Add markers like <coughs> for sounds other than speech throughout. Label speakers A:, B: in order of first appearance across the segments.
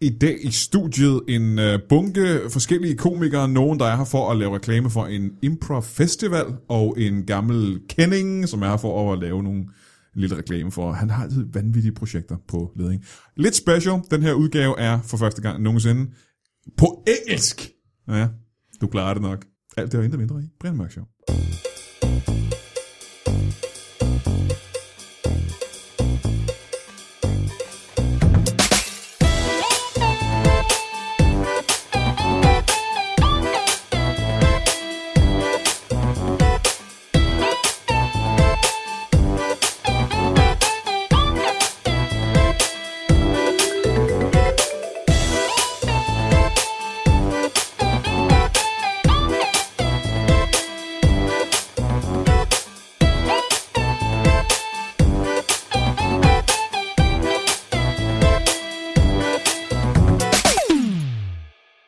A: i dag i studiet en øh, bunke forskellige komikere. Nogen, der er her for at lave reklame for en improv festival, og en gammel kending, som er her for at lave nogle lille reklame for. Han har altid vanvittige projekter på ledning. Lidt special. Den her udgave er for første gang nogensinde på engelsk. Ja, du klarer det nok. Alt det og intet mindre i Brian Mørk Show.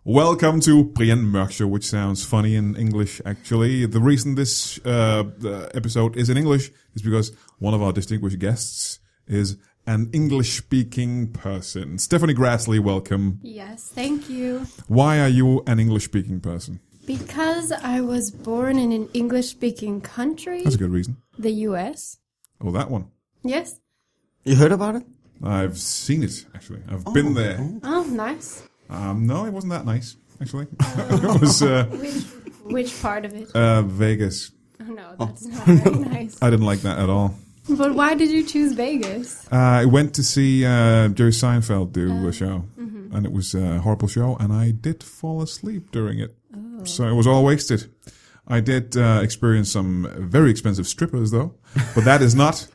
A: Welcome to Brian Mørk Show, which sounds funny in English, actually. The reason this uh, uh, episode is in English is because one of our distinguished guests is an English speaking person. Stephanie Grassley, welcome.
B: Yes, thank you.
A: Why are you an English speaking person?
B: Because I was born in an English speaking country,
A: That's a good reason.
B: the US.
A: Oh, that one.
B: Yes.
C: You heard about it?
A: I've seen it, actually. I've been there.
B: Oh, nice.
A: Um, no, it wasn't that nice, actually. <laughs> it was uh,
B: Which, which part of it?
A: uh, Vegas.
B: Oh, no, that's not very <laughs> nice.
A: I didn't like that at all.
B: But why did you choose Vegas?
A: Uh, I went to see uh, Jerry Seinfeld do a show, and it was a horrible show, and I did fall asleep during it. So it was all wasted. I did uh, experience some very expensive strippers, though, but that is not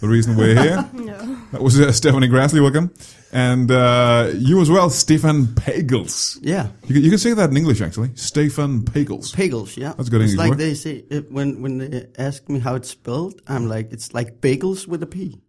A: the reason we're here.
B: No.
A: That was uh, Stephanie Grassley, welcome. And uh, you as well, Stefan Pagels.
C: Yeah.
A: You, can- you can say that in English, actually. Stefan Pagels.
C: Pagels, yeah.
A: That's a good
C: It's
A: English
C: like
A: word.
C: they say, it, when, when they ask me how it's spelled, I'm like, it's like bagels with a P.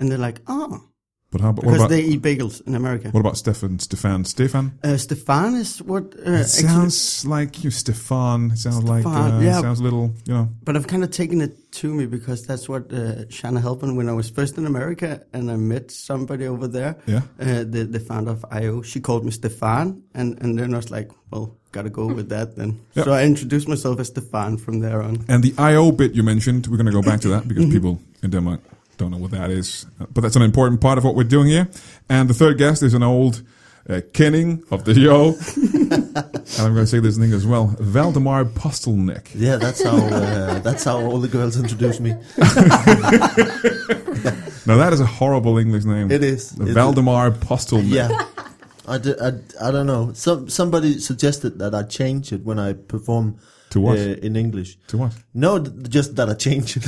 C: And they're like, oh,
A: But how, about- what
C: because
A: about,
C: they eat bagels in America.
A: what about Stefan, Stefan, Stefan?
C: Uh, Stefan is what, uh,
A: It sounds like you, Stefan. It sounds like,
C: Stefan,
A: uh,
C: yeah.
A: sounds a little, you know.
C: but I've kind of taken it to me because that's what uh, Shanna Helpen, when I was first in America and I met somebody over there,
A: Yeah.
C: uh, the, the founder of IO, she called me Stefan. And, and then I was like, well, gotta go with that then.
A: Yeah.
C: So I introduced myself as Stefan from there on.
A: And the IO bit you mentioned, we're going to go back to that because
D: Mm-hmm.
A: people in Denmark don't know what that is. Uh, But that's an important part of what we're doing here. And the third guest is an old uh, kenning of the show.
D: <laughs>
A: and I'm going to say this thing as well Valdemar Postelnik.
D: Yeah, that's how uh, that's how all the girls introduce me.
A: Now, that is a horrible English name.
D: It is. It's-
A: Valdemar Postelnik.
D: Yeah, I, d- I, d- I don't know. Some somebody suggested that I change it when I perform
A: To what?
D: Uh, in English.
A: To what?
D: No, th- just that I
C: <laughs>
D: change it.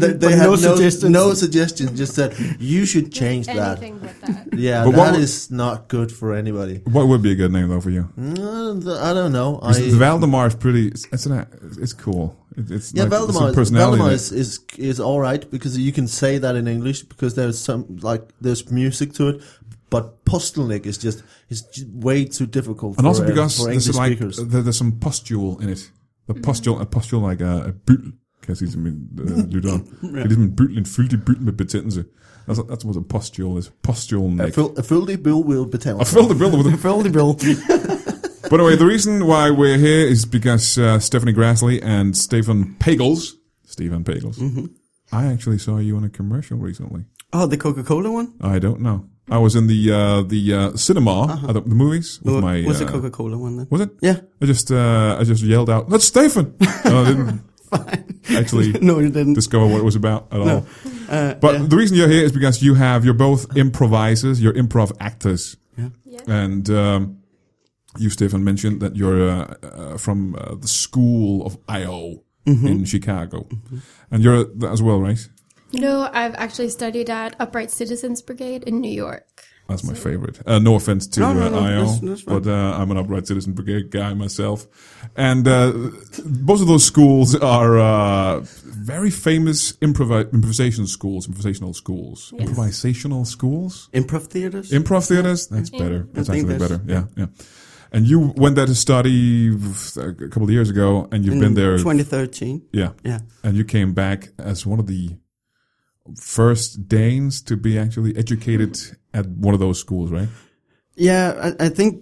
D: they
C: But
D: had
C: no suggestions.
D: No suggestion. Just said you should change that.
B: Anything but that.
D: Yeah,
A: But
D: that is
A: what would-
D: not good for anybody.
A: What would be a good name, though, for you?
D: Mm, th- I don't know. I,
A: Because Valdemar is pretty. It's, it's, an, it's cool. It, it's
D: yeah,
A: like, it's a
D: Valdemar,
A: personality.
D: Valdemar is, is is all right because you can say that in English because there's some like there's music to it, but Postelnik is just is j- way too difficult.
A: And
D: for,
A: also
D: uh,
A: because
D: for
A: there's
D: English
A: like uh,
D: speakers.
A: there, there's some pustule in it. The pustule, a pustule like a, a byld, kan jeg sige til mine
D: <laughs>
A: øh, lyttere. Det er ligesom en byld, en fyldig byld med betændelse. That's, that's what a pustule is. Pustule
D: A
A: neck.
D: full, a full bill will be
A: I filled the build
D: <laughs>
A: with a
C: Fill the bill.
A: <laughs> But anyway, the reason why we're here is because uh, Stephanie Grassley and Stefan Pagels, Stefan Pagels,
D: Mm-hmm.
A: I actually saw you in a commercial recently.
C: Oh, the Coca Cola one?
A: I don't know. I was in the uh, the uh, cinema,
D: Uh-huh.
A: uh the, the movies with
C: Well,
A: my.
C: was the
A: uh,
C: Coca Cola one <laughs> then?
A: Was it?
C: Yeah.
A: I just uh, I just yelled out, "That's Stefan!" And I
C: <laughs>
A: didn't actually
C: no, you didn't.
A: discover what it was about at all.
C: Uh,
A: But
C: yeah.
A: the reason you're here is because you have you're both improvisers, you're improv actors,
C: Yeah.
B: Yeah.
A: and um, you, Stefan, mentioned that you're uh, uh, from uh, the school of I.O.
C: Mm-hmm.
A: in Chicago, and you're uh, that as well, right?
B: No, I've actually studied at Upright Citizens Brigade in New York.
A: That's my favorite. Uh, no offense to
C: No, no, no,
A: uh, IO,
C: that's- that's fine.
A: but uh, I'm an upright citizen brigade guy myself, and uh, both of those schools are uh, very famous improvi- improvisation schools, improvisational schools, improvisational schools,
C: Improv theaters?
A: improv theaters. That's better. That's
C: I think
A: actually
C: that's-
A: better. Yeah, yeah. And you went there to study uh, a couple of years ago, and you've
C: in
A: been there.
C: 2013.
A: yeah,
C: Yeah.
A: and you came back as one of the first Danes to be actually educated at one of those schools, right?
C: Yeah, I, I think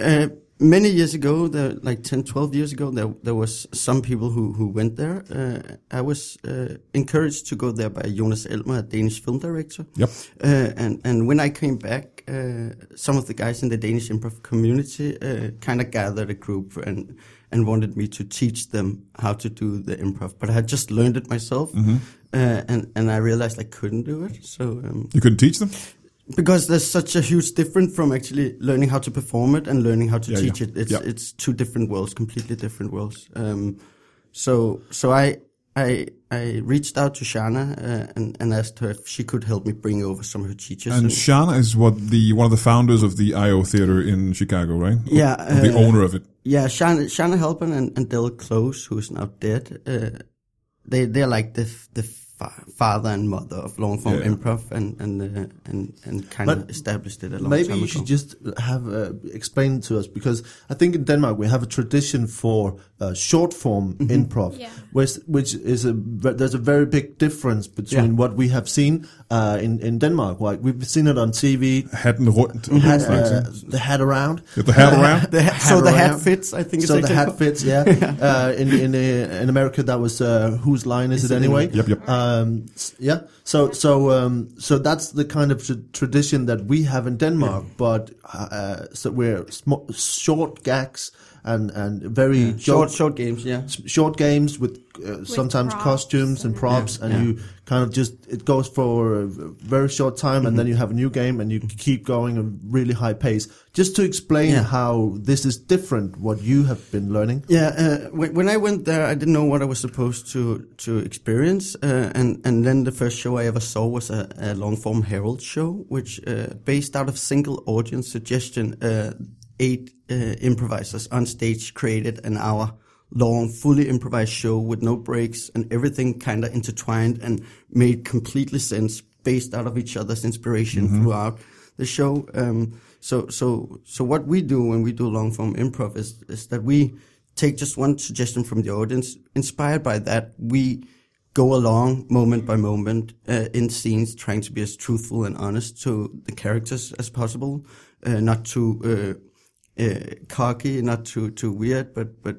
C: uh, many years ago, the, like 10, 12 years ago, there there was some people who who went there. Uh, I was uh, encouraged to go there by Jonas Elmer, a Danish film director.
A: Yep.
C: Uh, and and when I came back, uh, some of the guys in the Danish improv community uh, kind of gathered a group and and wanted me to teach them how to do the improv. But I had just learned it myself,
A: Mm-hmm.
C: uh, and and I realized I couldn't do it. So um,
A: You couldn't teach them?
C: because there's such a huge difference from actually learning how to perform it and learning how to
A: Yeah,
C: teach
A: yeah.
C: it. It's
A: Yeah.
C: it's two different worlds, completely different worlds. Um, so so I I I reached out to Shana uh, and and asked her if she could help me bring over some of her teachers.
A: And Shana is what the one of the founders of the IO Theater in Chicago, right?
C: Yeah,
A: Or the
C: uh,
A: owner of it.
C: yeah, Shana Shana Halpern and, and Del Close, who's now dead. Uh, they they're like the f- the fa- father and mother of long form
A: Yeah.
C: improv and and uh, and and kind of
D: But
C: established it a long
D: Maybe
C: time
D: you
C: ago.
D: should just have uh, explain to us because I think in Denmark we have a tradition for uh, short form
A: Mm-hmm.
D: improv,
B: Yeah.
D: which, which is a ve- there's a very big difference between
C: Yeah.
D: what we have seen uh, in in Denmark. Like we've seen it on TV,
A: Hatten rundt.
D: had,
A: slags,
D: uh,
A: ikke?
D: the hat around.
A: Get the
D: <laughs>
C: <laughs>
A: hat around.
C: The hat- so the hat fits. I think it's
D: So the
C: actually
D: hat
C: called-
D: fits, <laughs> yeah. Uh, in in uh, in America, that was uh, whose line is, it, anyway?
A: Yep, yep.
D: Um, s- yeah. So so um, so that's the kind of tra- tradition that we have in Denmark, but uh, so we're sm- short gags and and very
C: short
D: short
C: short games. Yeah.
D: short games with, uh, sometimes
B: props
D: costumes and
B: and-
D: props,
C: Yeah,
D: and
C: yeah.
D: you kind of just it goes for a very short time, and then
C: Mm-hmm.
D: you have a new game, and you keep going at really high pace. Just to explain
C: Yeah.
D: how this is different, what you have been
C: <laughs>
D: learning.
C: Yeah, uh, when, when I went there, I didn't know what I was supposed to to experience, uh, and and then the first show I ever saw was a, a long form Herald show, which uh, based out of single audience suggestion, uh, eight uh, improvisers on stage created an hour long, fully improvised show with no breaks and everything kind of intertwined and made completely sense based out of each other's inspiration throughout the show. Um, so so so what we do when we do long form improv is is that we take just one suggestion from the audience. Inspired by that, we go along moment by moment uh, in scenes, trying to be as truthful and honest to the characters as possible, uh, not too uh, uh, cocky, not too too weird, but but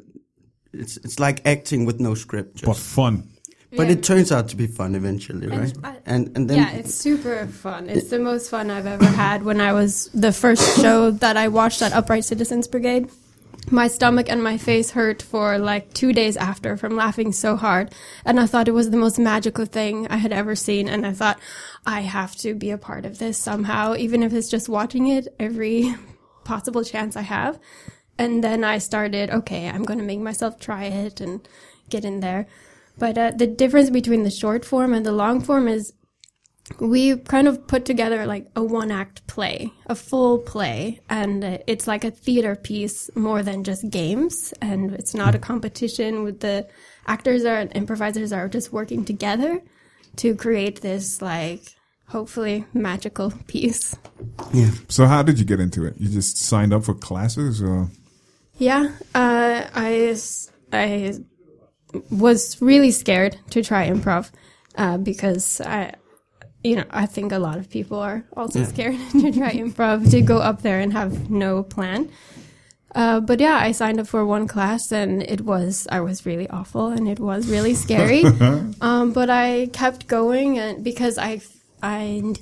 C: it's it's like acting with no script. Just.
A: But
C: But,
A: fun.
B: Yeah.
C: it turns out to be fun eventually, right?
B: I-
C: and and then
B: yeah, it's super fun. It's the most fun I've ever had. When I was the first show that I watched at Upright Citizens Brigade, my stomach and my face hurt for like two days after from laughing so hard. And I thought it was the most magical thing I had ever seen. And I thought, I have to be a part of this somehow, even if it's just watching it every <laughs> possible chance I have. And then I started, okay, I'm going to make myself try it and get in there. But uh, the difference between the short form and the long form is we kind of put together like a one act play, a full play, and uh, it's like a theater piece more than just games. And it's not a competition with the actors are and improvisers are just working together to create this like hopefully magical piece.
C: yeah.
A: So how did you get into it? You just signed up for classes or
B: Yeah, uh, I s- I was really scared to try improv uh, because I, you know, I think a lot of people are also scared <laughs> to try improv to go up there and have no plan. Uh, but yeah, I signed up for one class and it was I was really awful and it was really scary. um, but I kept going and because I I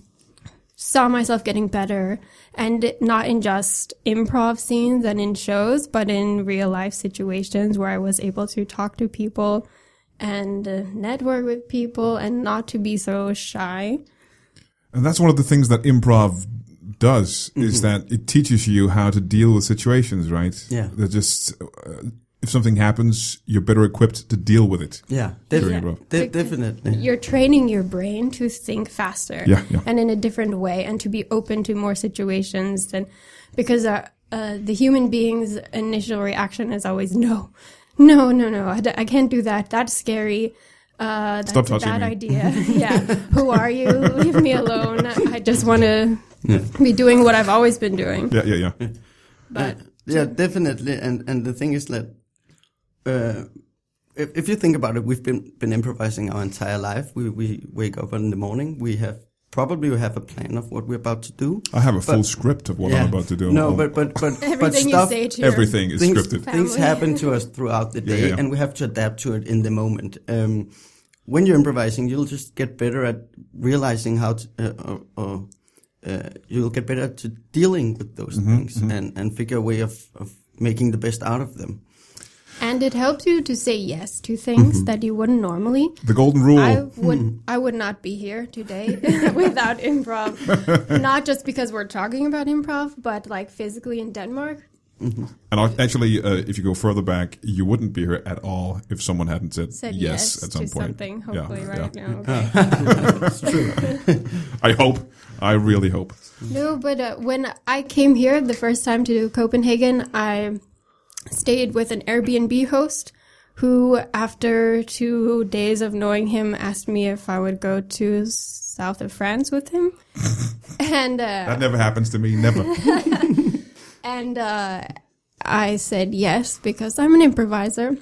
B: saw myself getting better and not in just improv scenes and in shows, but in real life situations where I was able to talk to people and uh, network with people and not to be so shy.
A: And that's one of the things that improv does
C: Mm-hmm.
A: is that it teaches you how to deal with situations, right?
C: Yeah.
A: They're just uh, if something happens, you're better equipped to deal with it.
C: Yeah,
A: During
C: definitely.
A: improv.
C: De- definitely.
B: You're training your brain to think faster
A: Yeah, yeah.
B: and in a different way and to be open to more situations than because uh, uh, the human being's initial reaction is always no, no, no, no, I, d- I can't do that. That's scary. Uh, that's
A: Stop
B: a
A: touching
B: bad
A: me. <laughs>
B: idea. yeah. Who are you? Leave me alone. I just want to be doing what I've always been doing.
A: Yeah, yeah, yeah.
B: But
C: Uh, Yeah, definitely. And and the thing is that uh, if if you think about it, we've been been improvising our entire life. We we wake up in the morning. We have probably we have a plan of what we're about to do.
A: I have a full script of what I'm about to do.
C: No,
A: Oh,
C: but but
B: <laughs>
C: but but
B: Everything you
C: stuff.
B: say to your-
A: everything is
C: things,
A: scripted.
C: things
B: Family.
C: happen to us throughout the day,
A: yeah.
C: and we have to adapt to it in the moment. Um, when you're improvising, you'll just get better at realizing how to, uh, or, or uh, you'll get better to dealing with those
A: Mm-hmm,
C: things and and figure a way of of making the best out of them.
B: And it helps you to say yes to
A: Mm-hmm.
B: things that you wouldn't normally.
A: The golden rule.
B: I
A: Hmm.
B: would I would not be here today <laughs> without
A: <laughs>
B: improv. not just because we're talking about improv, but like physically in Denmark.
A: and I- actually, uh, if you go further back, you wouldn't be here at all if someone hadn't said,
B: Said
A: yes,
B: yes,
A: at some
B: to
A: point.
B: something,
A: Yeah,
B: hopefully
A: yeah.
B: right
A: <laughs>
B: now. Okay.
A: I hope. I really hope.
B: No, but uh, when I came here the first time to Copenhagen, I stayed with an Airbnb host who, after two days of knowing him, asked me if I would go to south of France
A: <laughs>
B: with him. and uh,
A: That never happens to me.
B: <laughs>
A: Never.
B: and uh, I said yes because I'm an improviser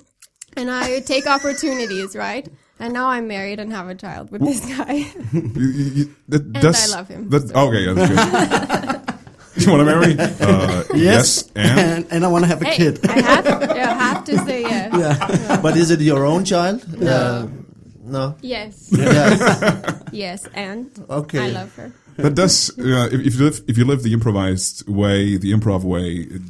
B: and I take opportunities, right? And now I'm married and have a child with this
D: <laughs>
B: guy.
A: You- you- you- that- that's-
B: I love him,
A: that- okay, yeah, that's good.
B: <laughs>
A: you want to marry? Uh, yes. and
C: <laughs> and and I want to have a
B: hey,
C: kid.
B: I have, I have to say yes.
D: <laughs> but is it your own
C: <laughs>
D: child? No. no.
B: Yes.
D: Yeah.
B: Yes, and
D: Okay.
B: I love her.
A: that does. Uh, if, if you live, if you live the improvised way, the improv way, it,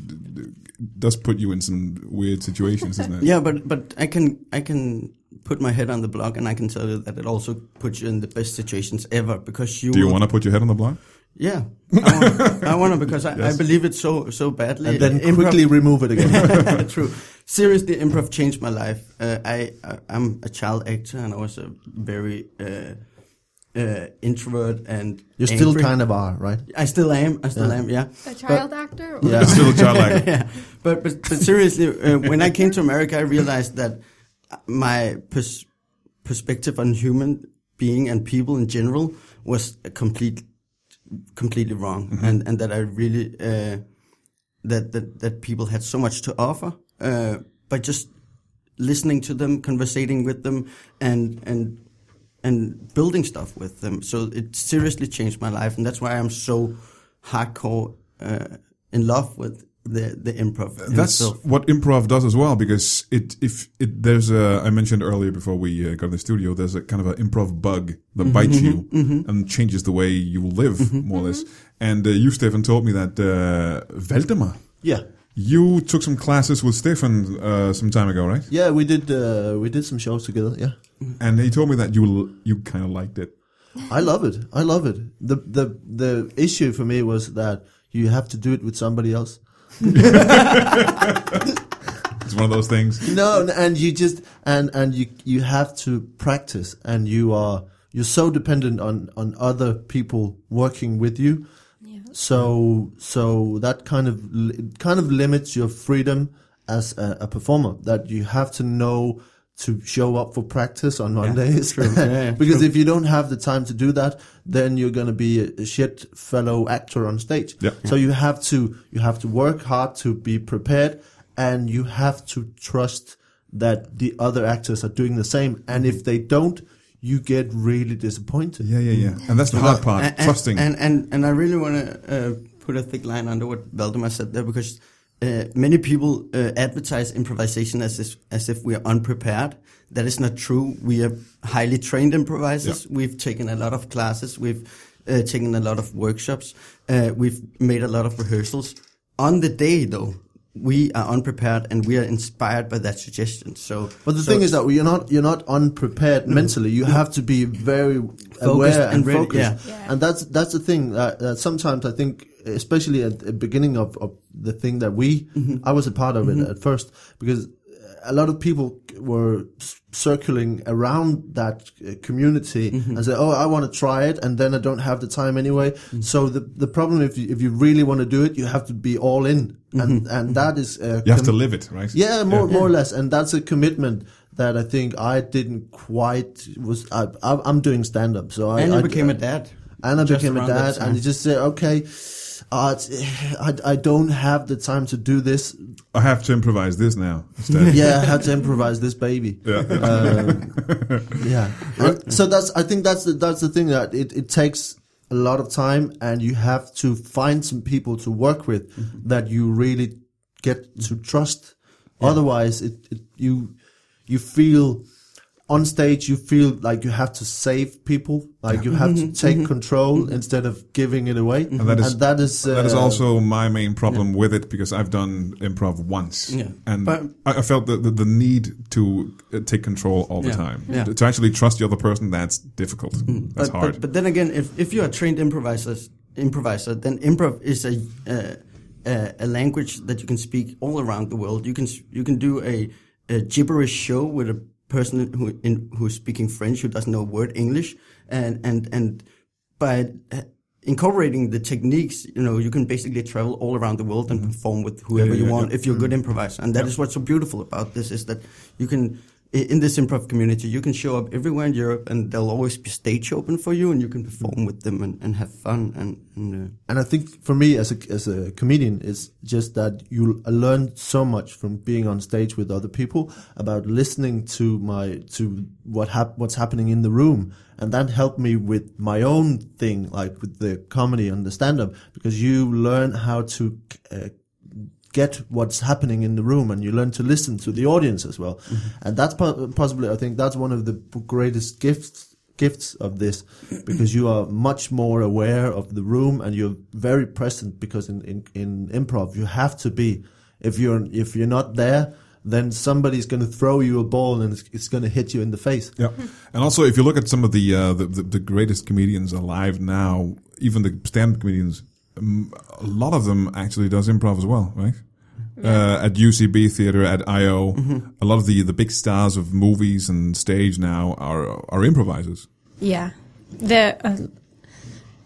A: it does put you in some weird situations, doesn't it?
C: Yeah, but but I can I can put my head on the block, and I can tell you that it also puts you in the best situations ever because you.
A: Do you
C: will-
A: want to put your head on the block?
C: Yeah, I want, I want to because I, I believe it so so badly.
D: And then
C: Improv-
D: quickly remove it
C: <laughs>
D: again.
C: True. Seriously, improv changed my life. Uh, I, I I'm a child actor, and I was a very uh, uh, introvert, and
D: You still
C: angry.
D: kind of are, right?
C: I still am. I still am. Yeah. <laughs>
B: A child actor? Or
D: Yeah.
A: Still a child actor.
C: yeah. But but, but seriously, uh, when I came to America, I realized that my pers- perspective on human being and people in general was a complete completely wrong, and and that I really uh, that that that people had so much to offer uh, by just listening to them, conversating with them, and and and building stuff with them. So it seriously changed my life, and that's why I'm so hardcore uh, in love with the the improv.
A: That's
C: itself.
A: what improv does as well, because it if it there's a I mentioned earlier before we uh, got in the studio, there's a kind of an improv bug
C: Mm-hmm.
A: that bites you and changes the way you live more or less.
C: Mm-hmm.
A: And uh, you, Stefan, told me that uh, Valdemar,
D: Yeah.
A: you took some classes with Stefan uh, some time ago, right?
D: Yeah, we did uh, we did some shows together. Yeah.
C: Mm-hmm.
A: And he told me that you l- you kind of liked it.
D: I love it. I love it. The the the issue for me was that you have to do it with somebody else.
A: It's one of those
C: <laughs>
A: things.
D: No, n- and you just and and you you have to practice, and you are you're so dependent on on other people working with you. So so that kind of li- it kind of limits your freedom as a, a performer. That you have to know to show up for practice on Mondays.
C: Yeah, yeah,
D: <laughs> because if you don't have the time to do that, then you're going to be a- a shit fellow actor on stage.
A: Yeah.
D: So you have to you have to work hard to be prepared, and you have to trust that the other actors are doing the same. And if they don't, you get really disappointed.
A: Yeah, yeah, yeah. And that's the hard part,
C: And- and-
A: trusting.
C: And and and I really want to uh, put a thick line under what Valdemar said there because uh, many people uh, advertise improvisation as if, as if we are unprepared. That is not true. We are highly trained improvisers. We've taken a lot of classes. We've uh, taken a lot of workshops. Uh, we've made a lot of rehearsals. On the day, though, we are unprepared and we are inspired by that suggestion. So,
D: But the
C: so
D: thing is that you're not you're not unprepared mentally. You have to be very aware and,
C: and ready,
D: focused.
C: yeah.
B: Yeah.
D: And that's that's the thing that, that sometimes I think, especially at the beginning of, of the thing that we, I was a part of it at first because a lot of people were s- circling around that uh, community and say, "Oh, I want to try it," and then I don't have the time anyway. So the the problem if you, if you really want to do it, you have to be all in, and and that is uh,
A: you have
D: com-
A: to live it, right?
D: yeah, more more or less, and that's a commitment that I think I didn't quite was. I, I, I'm doing stand up, so I
C: and
D: I,
C: you became a dad.
D: and I
C: just
D: became a
C: around that
D: dad, and
C: time.
D: you just say, okay, uh, it's- I I don't have the time to do this.
A: I have to improvise this
C: <laughs>
A: now. Instead.
D: <laughs> Yeah,
A: <laughs>
D: I had to improvise this baby.
A: yeah. <laughs>
D: Um, yeah, And so that's I think that's the, that's the thing that it, it takes a lot of time and you have to find some people to work with that you really get to trust. Otherwise, it, it you you feel on stage you feel like you have to save people, like you have to take control instead of giving it away. And
A: that is-
D: that is
A: that is
D: uh,
A: also my main problem with it because I've done improv once,
C: Yeah.
A: and
C: But-
A: I, I felt the, the the need to uh, take control all the
C: Yeah.
A: time
C: Yeah. Mm.
A: to actually trust the other person. That's difficult. That's
C: but,
A: hard.
C: But, but then again, if, if you're a trained improviser, improviser, then improv is a, uh, a a language that you can speak all around the world. You can s- you can do a, a gibberish show with a person who in, who's speaking French who doesn't know a word English, and and and by uh, incorporating the techniques, you know, you can basically travel all around the world and perform with whoever
A: yeah,
C: you
A: yeah,
C: want if you're a good improviser. And that is what's so beautiful about this is that you can i- in this improv community you can show up everywhere in Europe and there'll always be stage open for you and you can perform with them and, and have fun and, and uh,
D: and I think for me as a as a comedian, it's just that you I learned so much from being on stage with other people about listening to my to what hap- what's happening in the room, and that helped me with my own thing, like with the comedy and the stand up, because you learn how to. Uh, get what's happening in the room and you learn to listen to the audience as well
A: Mm-hmm.
D: and that's po- possibly i think that's one of the p- greatest gifts gifts of
A: <clears throat>
D: this because you are much more aware of the room and you're very present because in, in, in improv you have to be if you're if you're not there then somebody's going to throw you a ball and it's, it's going to hit you in the face
A: Yeah, and also if you look at some of the uh, the, the the greatest comedians alive now, even the stand-up comedians, um, a lot of them actually does improv as well, right? Uh, at UCB theater, at IO,
C: Mm-hmm.
A: a lot of the the big stars of movies and stage now are are improvisers.
B: Yeah. The, uh,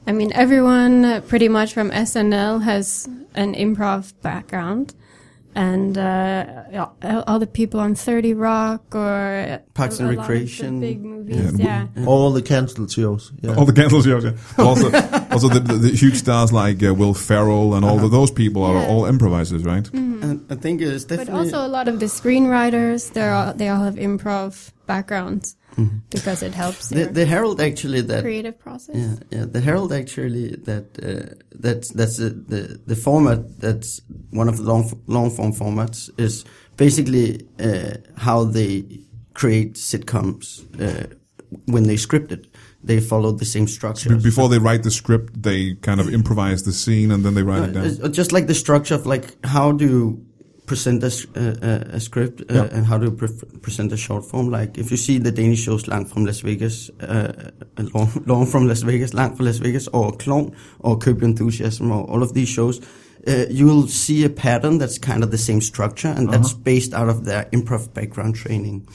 B: I mean, everyone uh, pretty much from SNL has an improv background. And uh, yeah, all all the people on 30 Rock or
C: Parks
B: a-
C: and
B: a lot of the
C: Recreation.
B: big movies, yeah.
D: all the cancelled shows yeah.
A: <laughs> All the cancel shows, yeah. also, also the, the, the huge stars like uh, Will Ferrell and all of those people are
B: Yeah.
A: all improvisers, right?
C: and I think it's
B: Mm-hmm. But
C: definitely
B: also a lot of the screenwriters, they're all, they all have improv backgrounds
C: Mm-hmm.
B: because it helps
C: the,
B: your
C: the Herald actually that
B: creative process.
C: Yeah, yeah. The Herald actually that uh, that's that's the, the the format that's one of the long long form formats is basically uh, how they create sitcoms uh, when they script it. They follow the same structure.
A: Be- Before they write the script, they kind of improvise the scene and then they write it down.
C: Uh, Just like the structure of like how do you present a, s- a- a- a script uh, and how do you pre- present a short form. Like if you see the Danish shows Lang from Las Vegas, uh, long, <laughs> long from Las Vegas, Lang from Las Vegas, or Clone, or Curb Your Enthusiasm, or all of these shows, uh, you'll see a pattern that's kind of the same structure, and that's based out of their improv background training,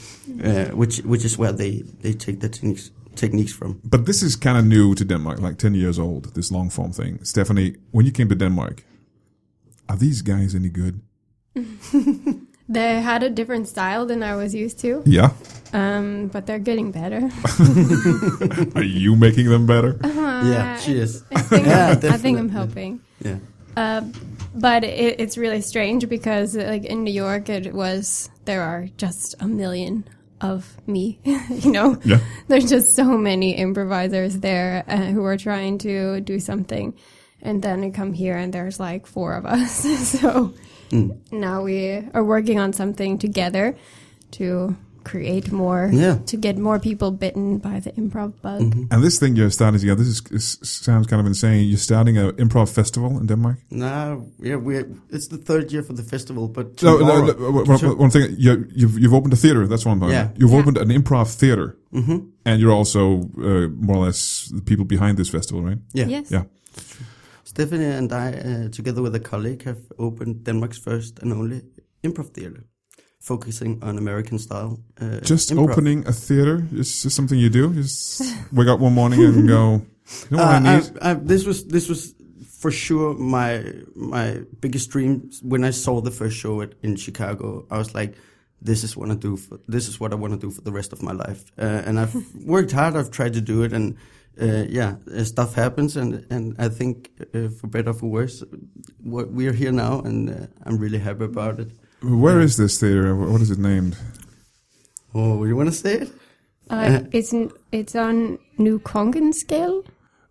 C: uh, which which is where they they take the techniques techniques from.
A: But this is kind of new to Denmark, like 10 years old, this long form thing. Stephanie, when you came to Denmark, are these guys any good?
B: They had a different style than I was used to,
A: Yeah.
B: um, but they're getting better.
A: Are you making them better?
C: yeah, she is. <laughs>
B: I think,
C: Yeah,
B: I think I'm
C: definitely.
B: helping.
C: Yeah.
B: But it, it's really strange because, like in New York, it was there are just a million of me. <laughs> you know,
A: Yeah.
B: there's just so many improvisers there uh, who are trying to do something, and then I come here and there's like four of us. <laughs> so now we are working on something together to create more,
C: Yeah.
B: to get more people bitten by the improv bug.
A: And this thing you're starting to get, this is, is, sounds kind of insane. You're starting an improv festival in Denmark?
C: No, yeah, we're it's the third year for the festival, but
A: No, no,
C: tomorrow-
A: no, one- one-
C: Sure.
A: one thing, you, you've, you've opened a theater. That's what I'm talking
C: Yeah.
A: about. You've
B: Yeah.
A: opened an improv theater. Mm-hmm. And you're also uh, more or less the people behind this festival, right?
C: yeah.
B: Yes.
A: Yeah.
C: Stephanie and I, uh, together with a colleague, have opened Denmark's first and only improv theater, focusing on American style. Uh,
A: Just
C: improv.
A: opening a theater is just something you do. You
C: <laughs>
A: just wake up one morning and go, you know what
C: Uh,
A: I need?
C: I, I, this was this was for sure my my biggest dream when I saw the first show at, in Chicago. I was like, this is what I do. For, this is what I want to do for the rest of my life. Uh, and I've <laughs> worked hard. I've tried to do it, and uh, yeah, uh, stuff happens. And and I think uh, for better or for worse, what we're here now, and uh, I'm really happy about it.
A: Where is this theater? Wh- What is it named?
C: Oh, you want to say it?
B: Uh, it's n- it's on New Kongen scale.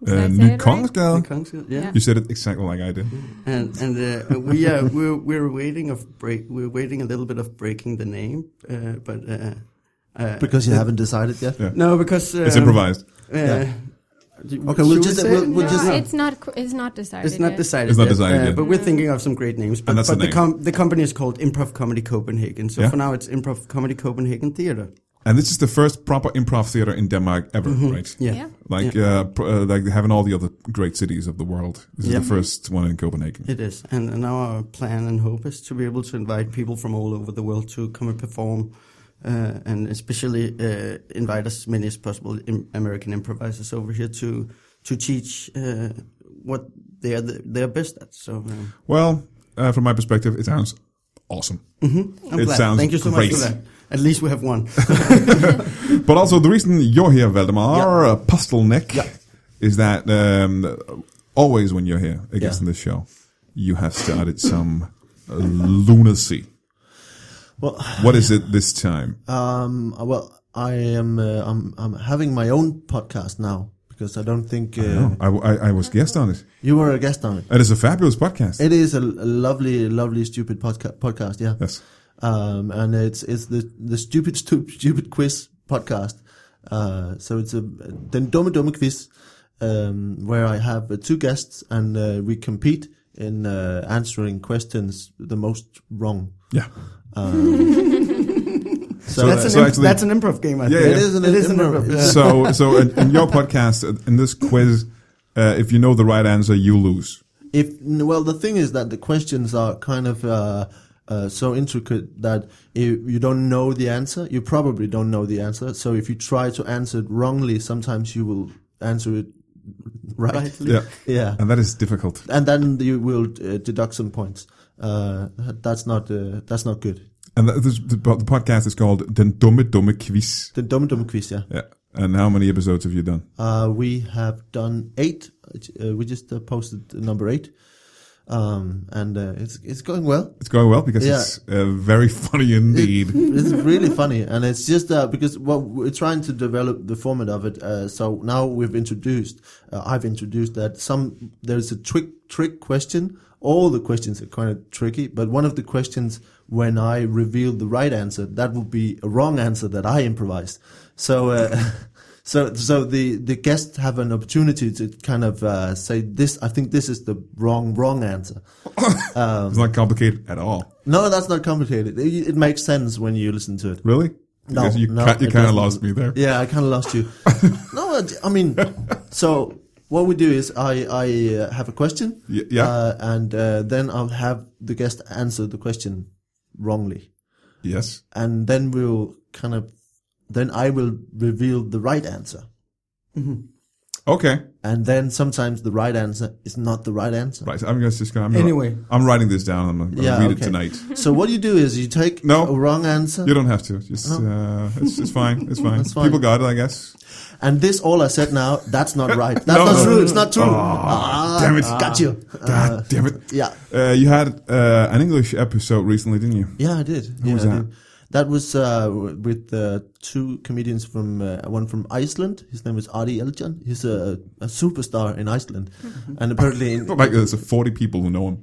B: Did I
A: Uh,
B: say
A: Ny
B: it right?
A: Kongsgade.
C: Kongsgade, yeah.
A: You said it exactly like I did.
C: And and uh, we are <laughs> we're we're waiting of break we're waiting a little bit of breaking the name, uh, but uh, uh,
D: because you haven't decided yet.
A: Yeah.
C: no because um,
A: It's improvised.
C: Uh,
D: Yeah.
C: do-
D: Okay, we'll
C: should we
D: just-
C: say
D: we'll-
C: it?
D: we'll
B: no,
D: just-
B: it's not. qu- It's not decided.
C: It's not
B: yet.
C: decided.
A: It's not
C: yet,
A: decided
C: uh,
A: yet.
C: But we're thinking of some great names. But,
A: that's
C: but
A: the
C: the,
A: name.
C: com- the company is called Improv Comedy Copenhagen. So
A: Yeah.
C: for now, it's Improv Comedy Copenhagen Theater.
A: And this is the first proper improv theater in Denmark ever, right?
C: Mm-hmm. Yeah.
B: Yeah.
A: Like, uh, pr- uh, like they have in all the other great cities of the world. This is
C: Yeah.
A: the first one in Copenhagen.
C: It is. And, and our plan and hope is to be able to invite people from all over the world to come and perform. Uh, and especially uh, invite as many as possible Im- American improvisers over here to to teach uh, what they are the, they are best at. So um,
A: Well, uh, from my perspective, it sounds awesome.
C: I'm
A: It
C: glad.
A: sounds
C: Thank you so much
A: great.
C: for that. At least we have
A: <laughs>
C: one.
A: But also, the reason you're here, Valdemar, uh, Pustelnik, is that um, always when you're here, I guess,
D: Yeah.
A: in this show, you have started some uh, lunacy.
D: Well,
A: What is it this time?
D: um, well, I am. Uh, I'm, I'm having my own podcast now because I don't think uh,
A: No, I, I- I was guest on it.
D: you were a guest on it.
A: It is a fabulous podcast.
D: It is a, a lovely, lovely, stupid podca- podcast. Yeah.
A: yes.
D: um, and it's it's the the stupid stupid stupid quiz podcast. Uh, so it's a den dumme dumme quiz, um, where I have uh, two guests and uh, we compete in uh, answering questions the most wrong.
A: Yeah.
D: So,
C: that's,
A: uh,
C: an
A: so
C: imp-
A: actually-
C: that's an improv game, I
A: Yeah,
C: think.
D: it is an
C: It is an
D: improv-
C: improv,
D: yeah.
C: yeah.
A: So, so in, in your podcast, uh, in this quiz, uh, if you know the right answer, you lose.
D: If n- well, the thing is that the questions are kind of uh, uh, so intricate that if you don't know the answer, you probably don't know the answer. So if you try to answer it wrongly, sometimes you will answer it <laughs> right.
C: Rightly.
A: Yeah.
D: Yeah,
A: And that is difficult.
D: and then you will uh, deduct some points. Uh, that's not uh, that's not good.
A: And that, this, the, po- the podcast is called Den Dumme Dumme Quiz.
D: The dum dum quiz, yeah.
A: Yeah. And how many episodes have you done?
D: Uh, we have done eight. Uh, we just uh, posted number eight, um, and uh, it's it's going well.
A: It's going well because
D: Yeah.
A: it's uh, very funny
D: <laughs>
A: indeed.
D: it's really funny, and it's just uh, because well, we're trying to develop the format of it. Uh, so now we've introduced, uh, I've introduced that some there's a trick trick question. All the questions are kind of tricky, but one of the questions when I reveal the right answer, that will be a wrong answer that I improvised. So. Uh, <laughs> So, so the, the guests have an opportunity to kind of uh, say this. I think this is the wrong wrong answer. Um,
A: it's not complicated at all.
D: No, that's not complicated. It, it makes sense when you listen to it.
A: Really?
D: No,
A: Because you
D: no,
A: ki- you
D: it
A: kind of
D: doesn't.
A: lost me there.
D: Yeah, I kind of
A: <laughs>
D: lost you. no, I- I mean, so what we do is I I uh, have a question,
A: Y- yeah.
D: uh, and uh, then I'll have the guest answer the question wrongly,
A: Yes.
D: and then we'll kind of then I will reveal the right answer,
A: Okay.
D: and then sometimes the right answer is not the right answer.
A: Right. I'm just, just gonna. I'm
C: Anyway.
A: I'm writing this down. I'm gonna
D: Yeah,
A: read it
D: okay.
A: tonight.
D: So what you do is you take
A: No.
D: a wrong answer,
A: You don't have to. Just uh, it's, it's fine.
D: <laughs>
A: It's fine.
D: It's Uh-huh. fine.
A: People got it, I guess.
D: and this all I said now that's
A: <laughs>
D: not right. That's
A: No. Oh,
D: not true. It's not true. ah,
A: damn it.
D: got you.
A: God damn it.
D: Uh, Yeah.
A: Uh, you had uh, an English episode recently, didn't you?
D: Yeah, I did. yeah,
A: was
D: I
A: that?
D: did. That was uh, w- with uh, two comedians from uh, one from Iceland. His name is Ari Eljan. He's a, a superstar in Iceland, and
A: <laughs>
D: apparently, in,
A: Not like there's 40 people who know him.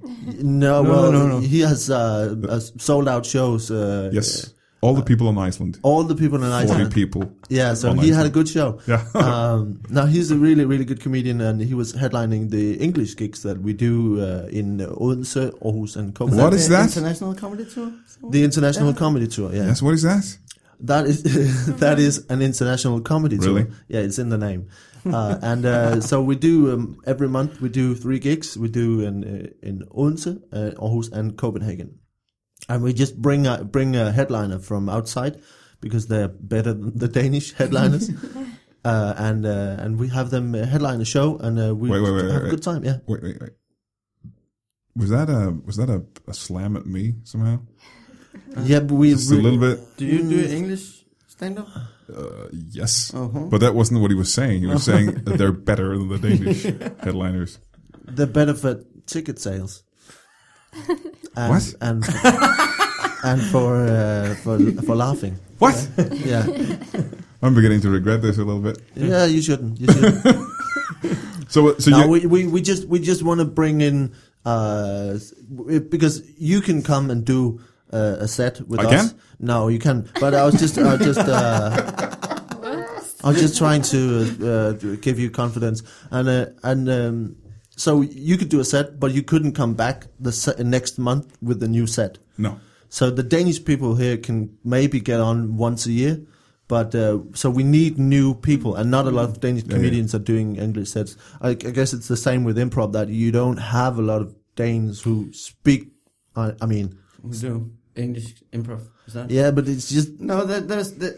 D: no,
C: No,
D: well,
C: no, no.
D: he has uh, uh, sold out shows. Uh,
A: Yes. All the people on Iceland.
D: all the people in
A: 40
D: Iceland. <laughs>
A: people.
D: Yeah, so
A: on
D: he had a
A: Iceland.
D: good show.
A: Yeah. <laughs>
D: um, now he's a really, really good comedian, and he was headlining the English gigs that we do uh, in Odense, Aarhus, and Copenhagen.
A: What is
C: Uh,
A: that?
C: International comedy tour.
D: the international comedy tour? Yeah,
A: Yes. What is that?
D: That is <laughs> that
C: Mm-hmm.
D: is an international comedy
A: Really?
D: tour. Yeah, it's in the
C: <laughs>
D: name. Uh, and uh, so we do um, every month. We do three gigs. We do in uh, in Odense, uh, Aarhus, and Copenhagen. And we just bring a, bring a headliner from outside because they're better than the Danish headliners.
C: <laughs>
D: uh, and uh, and we have them uh, headline a show, and uh, we
A: Wait, wait, wait,
D: have
A: wait,
D: a good time. Yeah.
A: Wait, wait, wait. Was that a was that a, a slam at me somehow?
D: yeah, but we, Mm.
A: Just a
D: we-
A: little bit.
C: Uh-huh. Do you do English stand up?
A: Uh, yes,
C: Mm.
D: Oh.
C: Uh-huh.
A: but that wasn't what he was saying. He was saying that they're better than the
D: <laughs>
A: Danish headliners.
D: the benefit ticket
A: <laughs>
D: sales. And,
A: What?
D: And <laughs> and for uh, for for laughing.
A: What?
D: Yeah,
A: I'm beginning to regret this a little bit. <laughs>
D: yeah. You shouldn't. You shouldn't.
A: So, so
D: no,
A: you,
D: we, we, we just we just want to bring in uh, w- because you can come and do uh, a set with
A: I
D: us.
A: can?
D: No, you can. But I was just I was just uh, I was just trying to uh, give you confidence and uh, and. Um, so you could do a set, but you couldn't come back the se- next month with a new set.
A: no.
D: So the Danish people here can maybe get on once a year, but uh, so we need new people, and not a lot of Danish
A: yeah.
D: comedians are doing English sets. I, I guess it's the same with improv that you don't have a lot of Danes who speak. I, I mean,
C: We do English improv. Is that?
D: yeah, but it's just
C: No, that there's that.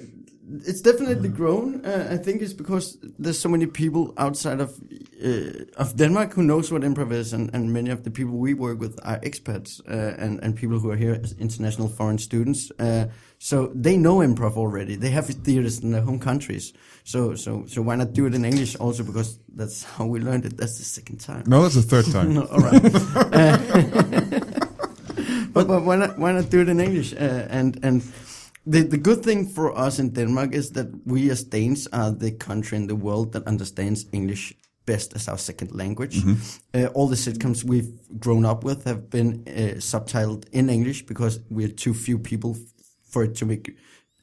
C: It's definitely grown. Uh, I think it's because there's so many people outside of uh, of Denmark who knows what improv is, and, and many of the people we work with are expats uh, and and people who are here as international foreign students. Uh, so they know improv already. They have theaters in their home countries. So so so why not do it in English also? Because that's how we learned it. That's the second time.
A: No, that's the third
D: <laughs>
A: time.
C: No, <laughs> all right. Uh, <laughs> but, but why not why not do it in English? Uh, and and the the good thing for us in Denmark is that we as Danes are the country in the world that understands English best as our second language. Uh, all the sitcoms we've grown up with have been uh, subtitled in English because we're too few people f- for it to make.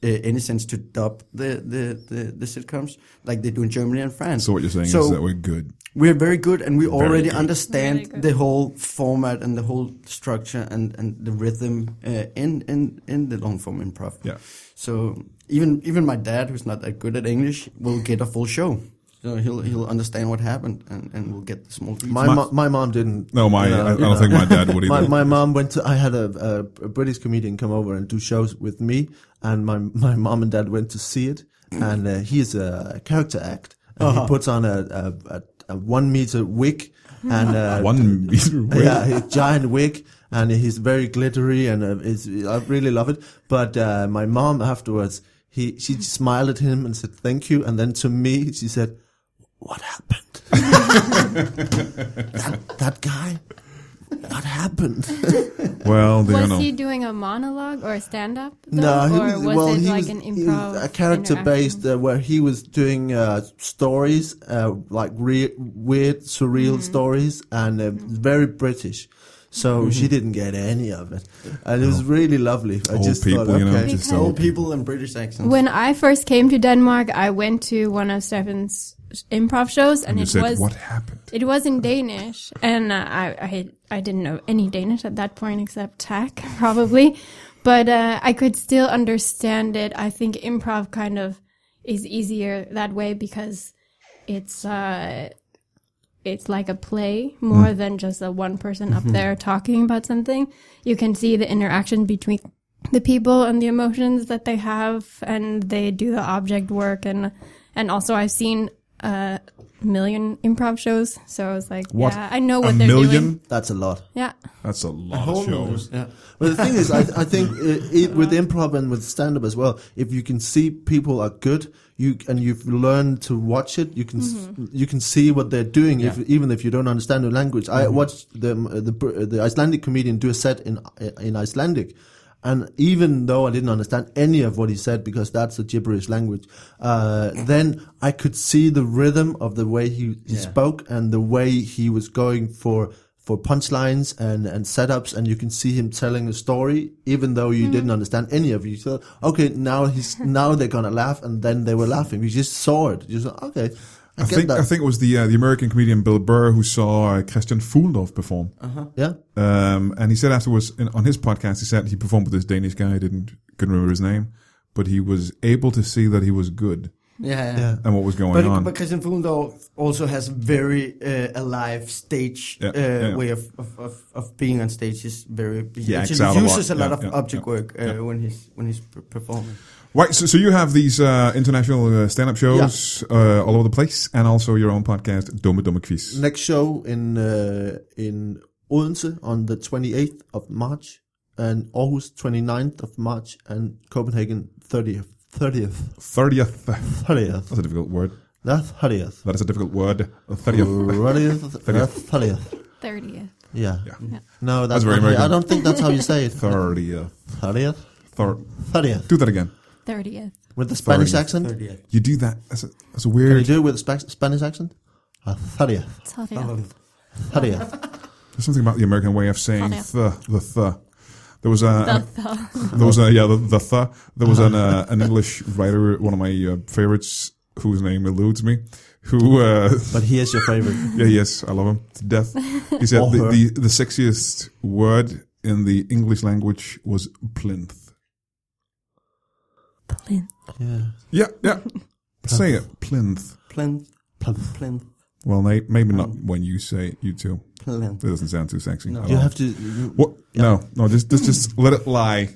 C: Uh, any sense to dub the, the, the, the sitcoms like they do in Germany and France.
A: So what you're saying
C: So-
A: is that we're good.
C: we're very good, and we already
A: good.
B: Very
C: understand
B: good.
C: the whole format and the whole structure and, and the rhythm uh, in in in the long form improv.
A: Yeah.
C: So even even my dad, who's not that good at English, will get a full show. So he'll he'll understand what happened, and, and we'll get the small details.
D: my mo- my mom didn't.
A: No, my
D: you know,
A: I, I
D: you
A: don't
D: know.
A: think my dad would
D: <laughs> My,
A: either.
D: my mom went to. I had a, a, a British comedian come over and do shows with me, and my my mom and dad went to see it. And uh, he is a character act, and he puts on a a, a, a one meter wig and uh,
A: <laughs> One
D: <laughs>
A: meter away.
D: yeah, his giant wig, and he's very glittery, and uh, it's, I really love it. But uh, my mom afterwards, he she smiled at him and said thank you, and then to me she said, "What happened? <laughs> that, that guy? What happened?"
A: Well, they don't know.
B: Was he doing a monologue or a stand up?
D: no, he
B: or
D: was,
B: was
D: well,
B: it
D: he
B: like
D: was,
B: an
D: he was
B: improv?
D: a character based uh, where he was doing uh, stories, uh, like re- weird, surreal
B: Mm-hmm.
D: stories, and uh, very British. So she didn't get any of it, and it was really lovely.
A: Mm-hmm.
D: I
A: Oh. Old
D: just
A: people,
D: thought,
A: you know,
D: okay,
A: just
B: Because-
A: old
C: old people and British
D: uh,
C: accents.
B: When I first came to Denmark, I went to one of Stefan's improv shows, and,
A: you
B: it
A: said
B: was
A: what happened?
B: it was in Danish, and uh, I, I I didn't know any Danish at that point except tack <laughs> probably, but uh, I could still understand it. I think improv kind of is easier that way because it's uh, it's like a play more
A: Mm.
B: than just a one person
A: Mm-hmm.
B: up there talking about something. You can see the interaction between the people and the emotions that they have, and they do the object work and and also I've seen a million improv shows, so I was like,
A: What?
B: yeah, I know what
A: a
B: they're
A: million?
B: doing.
D: that's a lot.
B: Yeah,
A: That's a lot
C: Whole
A: of shows.
C: Yeah.
D: Well, the thing is, I, I think
C: <laughs>
D: uh it, with improv and with stand up as well, if you can see people are good, you and you've learned to watch it, you can s
C: Mm-hmm.
D: you can see what they're doing, if, even if you don't understand the language. I
C: Mm-hmm.
D: watched the the Br- the Icelandic comedian do a set in in Icelandic. And even though I didn't understand any of what he said because that's a gibberish language, uh, then I could see the rhythm of the way he, he
C: Yeah.
D: spoke and the way he was going for for punchlines and and setups, and you can see him telling a story, even though you didn't understand any of it. You thought, okay, now he's now they're gonna laugh, and then they were laughing. You just saw it. You said, okay, I,
A: I
D: get
A: think
D: that.
A: I think it was the uh, the American comedian Bill Burr who saw uh, Christian Fuldorf perform,
D: yeah,
A: um, and he said afterwards in, on his podcast he said he performed with this Danish guy. I didn't couldn't remember his name, but he was able to see that he was good
C: Yeah, yeah.
D: Yeah.
A: and what was going
C: But,
A: on.
C: but Christian Fuglendorf also has very uh, alive stage
A: Yeah,
C: uh,
A: yeah, yeah.
C: way of, of, of, of being on stage. He's very
A: He acts
C: actually
A: out a lot.
C: uses a lot,
A: Yeah,
C: of
A: yeah,
C: object
A: yeah,
C: work uh,
A: yeah.
C: when he's when he's per- performing.
A: right, so, so you have these uh, international uh, stand up shows uh, all over the place, and also your own podcast, Dumme Dumme Quiz.
D: next show in uh, in Odense on the 28th of March, and Aarhus 29th of March, and Copenhagen 30th. 30th,
A: Thirtieth. That's
D: 30th,
A: a difficult word.
D: that's 30th,
A: That is a difficult word. Thirtieth. <laughs>
D: 30th, 30th,
B: thirtieth.
D: yeah.
A: Yeah.
D: No,
A: That's
D: that's,
A: very
D: not how- I
A: American.
D: don't think that's how you say
A: <laughs>
D: it.
A: Thirtieth.
D: 30th,
A: Thir-
D: 30th.
A: do that again.
B: Thirtieth.
D: With the Spanish
A: Sorry.
D: accent?
A: You do that. That's a, that's a weird.
D: Can you do it with a spa- Spanish accent? Uh, 30th.
B: Sorry.
A: <laughs>
D: 30th.
A: There's something about the American way of saying
B: Funny.
A: the the the. There was a, an-
B: The-
A: there was a yeah the, the th. There was an uh, an English writer, one of my uh, favorites, whose name eludes me, who uh,
D: But here's your favorite.
A: yeah yes I love him to death. He said
D: Or
A: the,
D: her.
A: the the sexiest word in the English language was plinth.
B: the- Plinth.
D: yeah.
A: Yeah yeah, say it plinth.
C: Plan,
D: Plan.
C: plan,
A: Well, may- maybe not when you say it, you two.
C: plan.
A: That doesn't sound too sexy.
C: No.
A: at
D: You
A: all.
D: have to.
A: What? No, no. Just, just, just let it lie.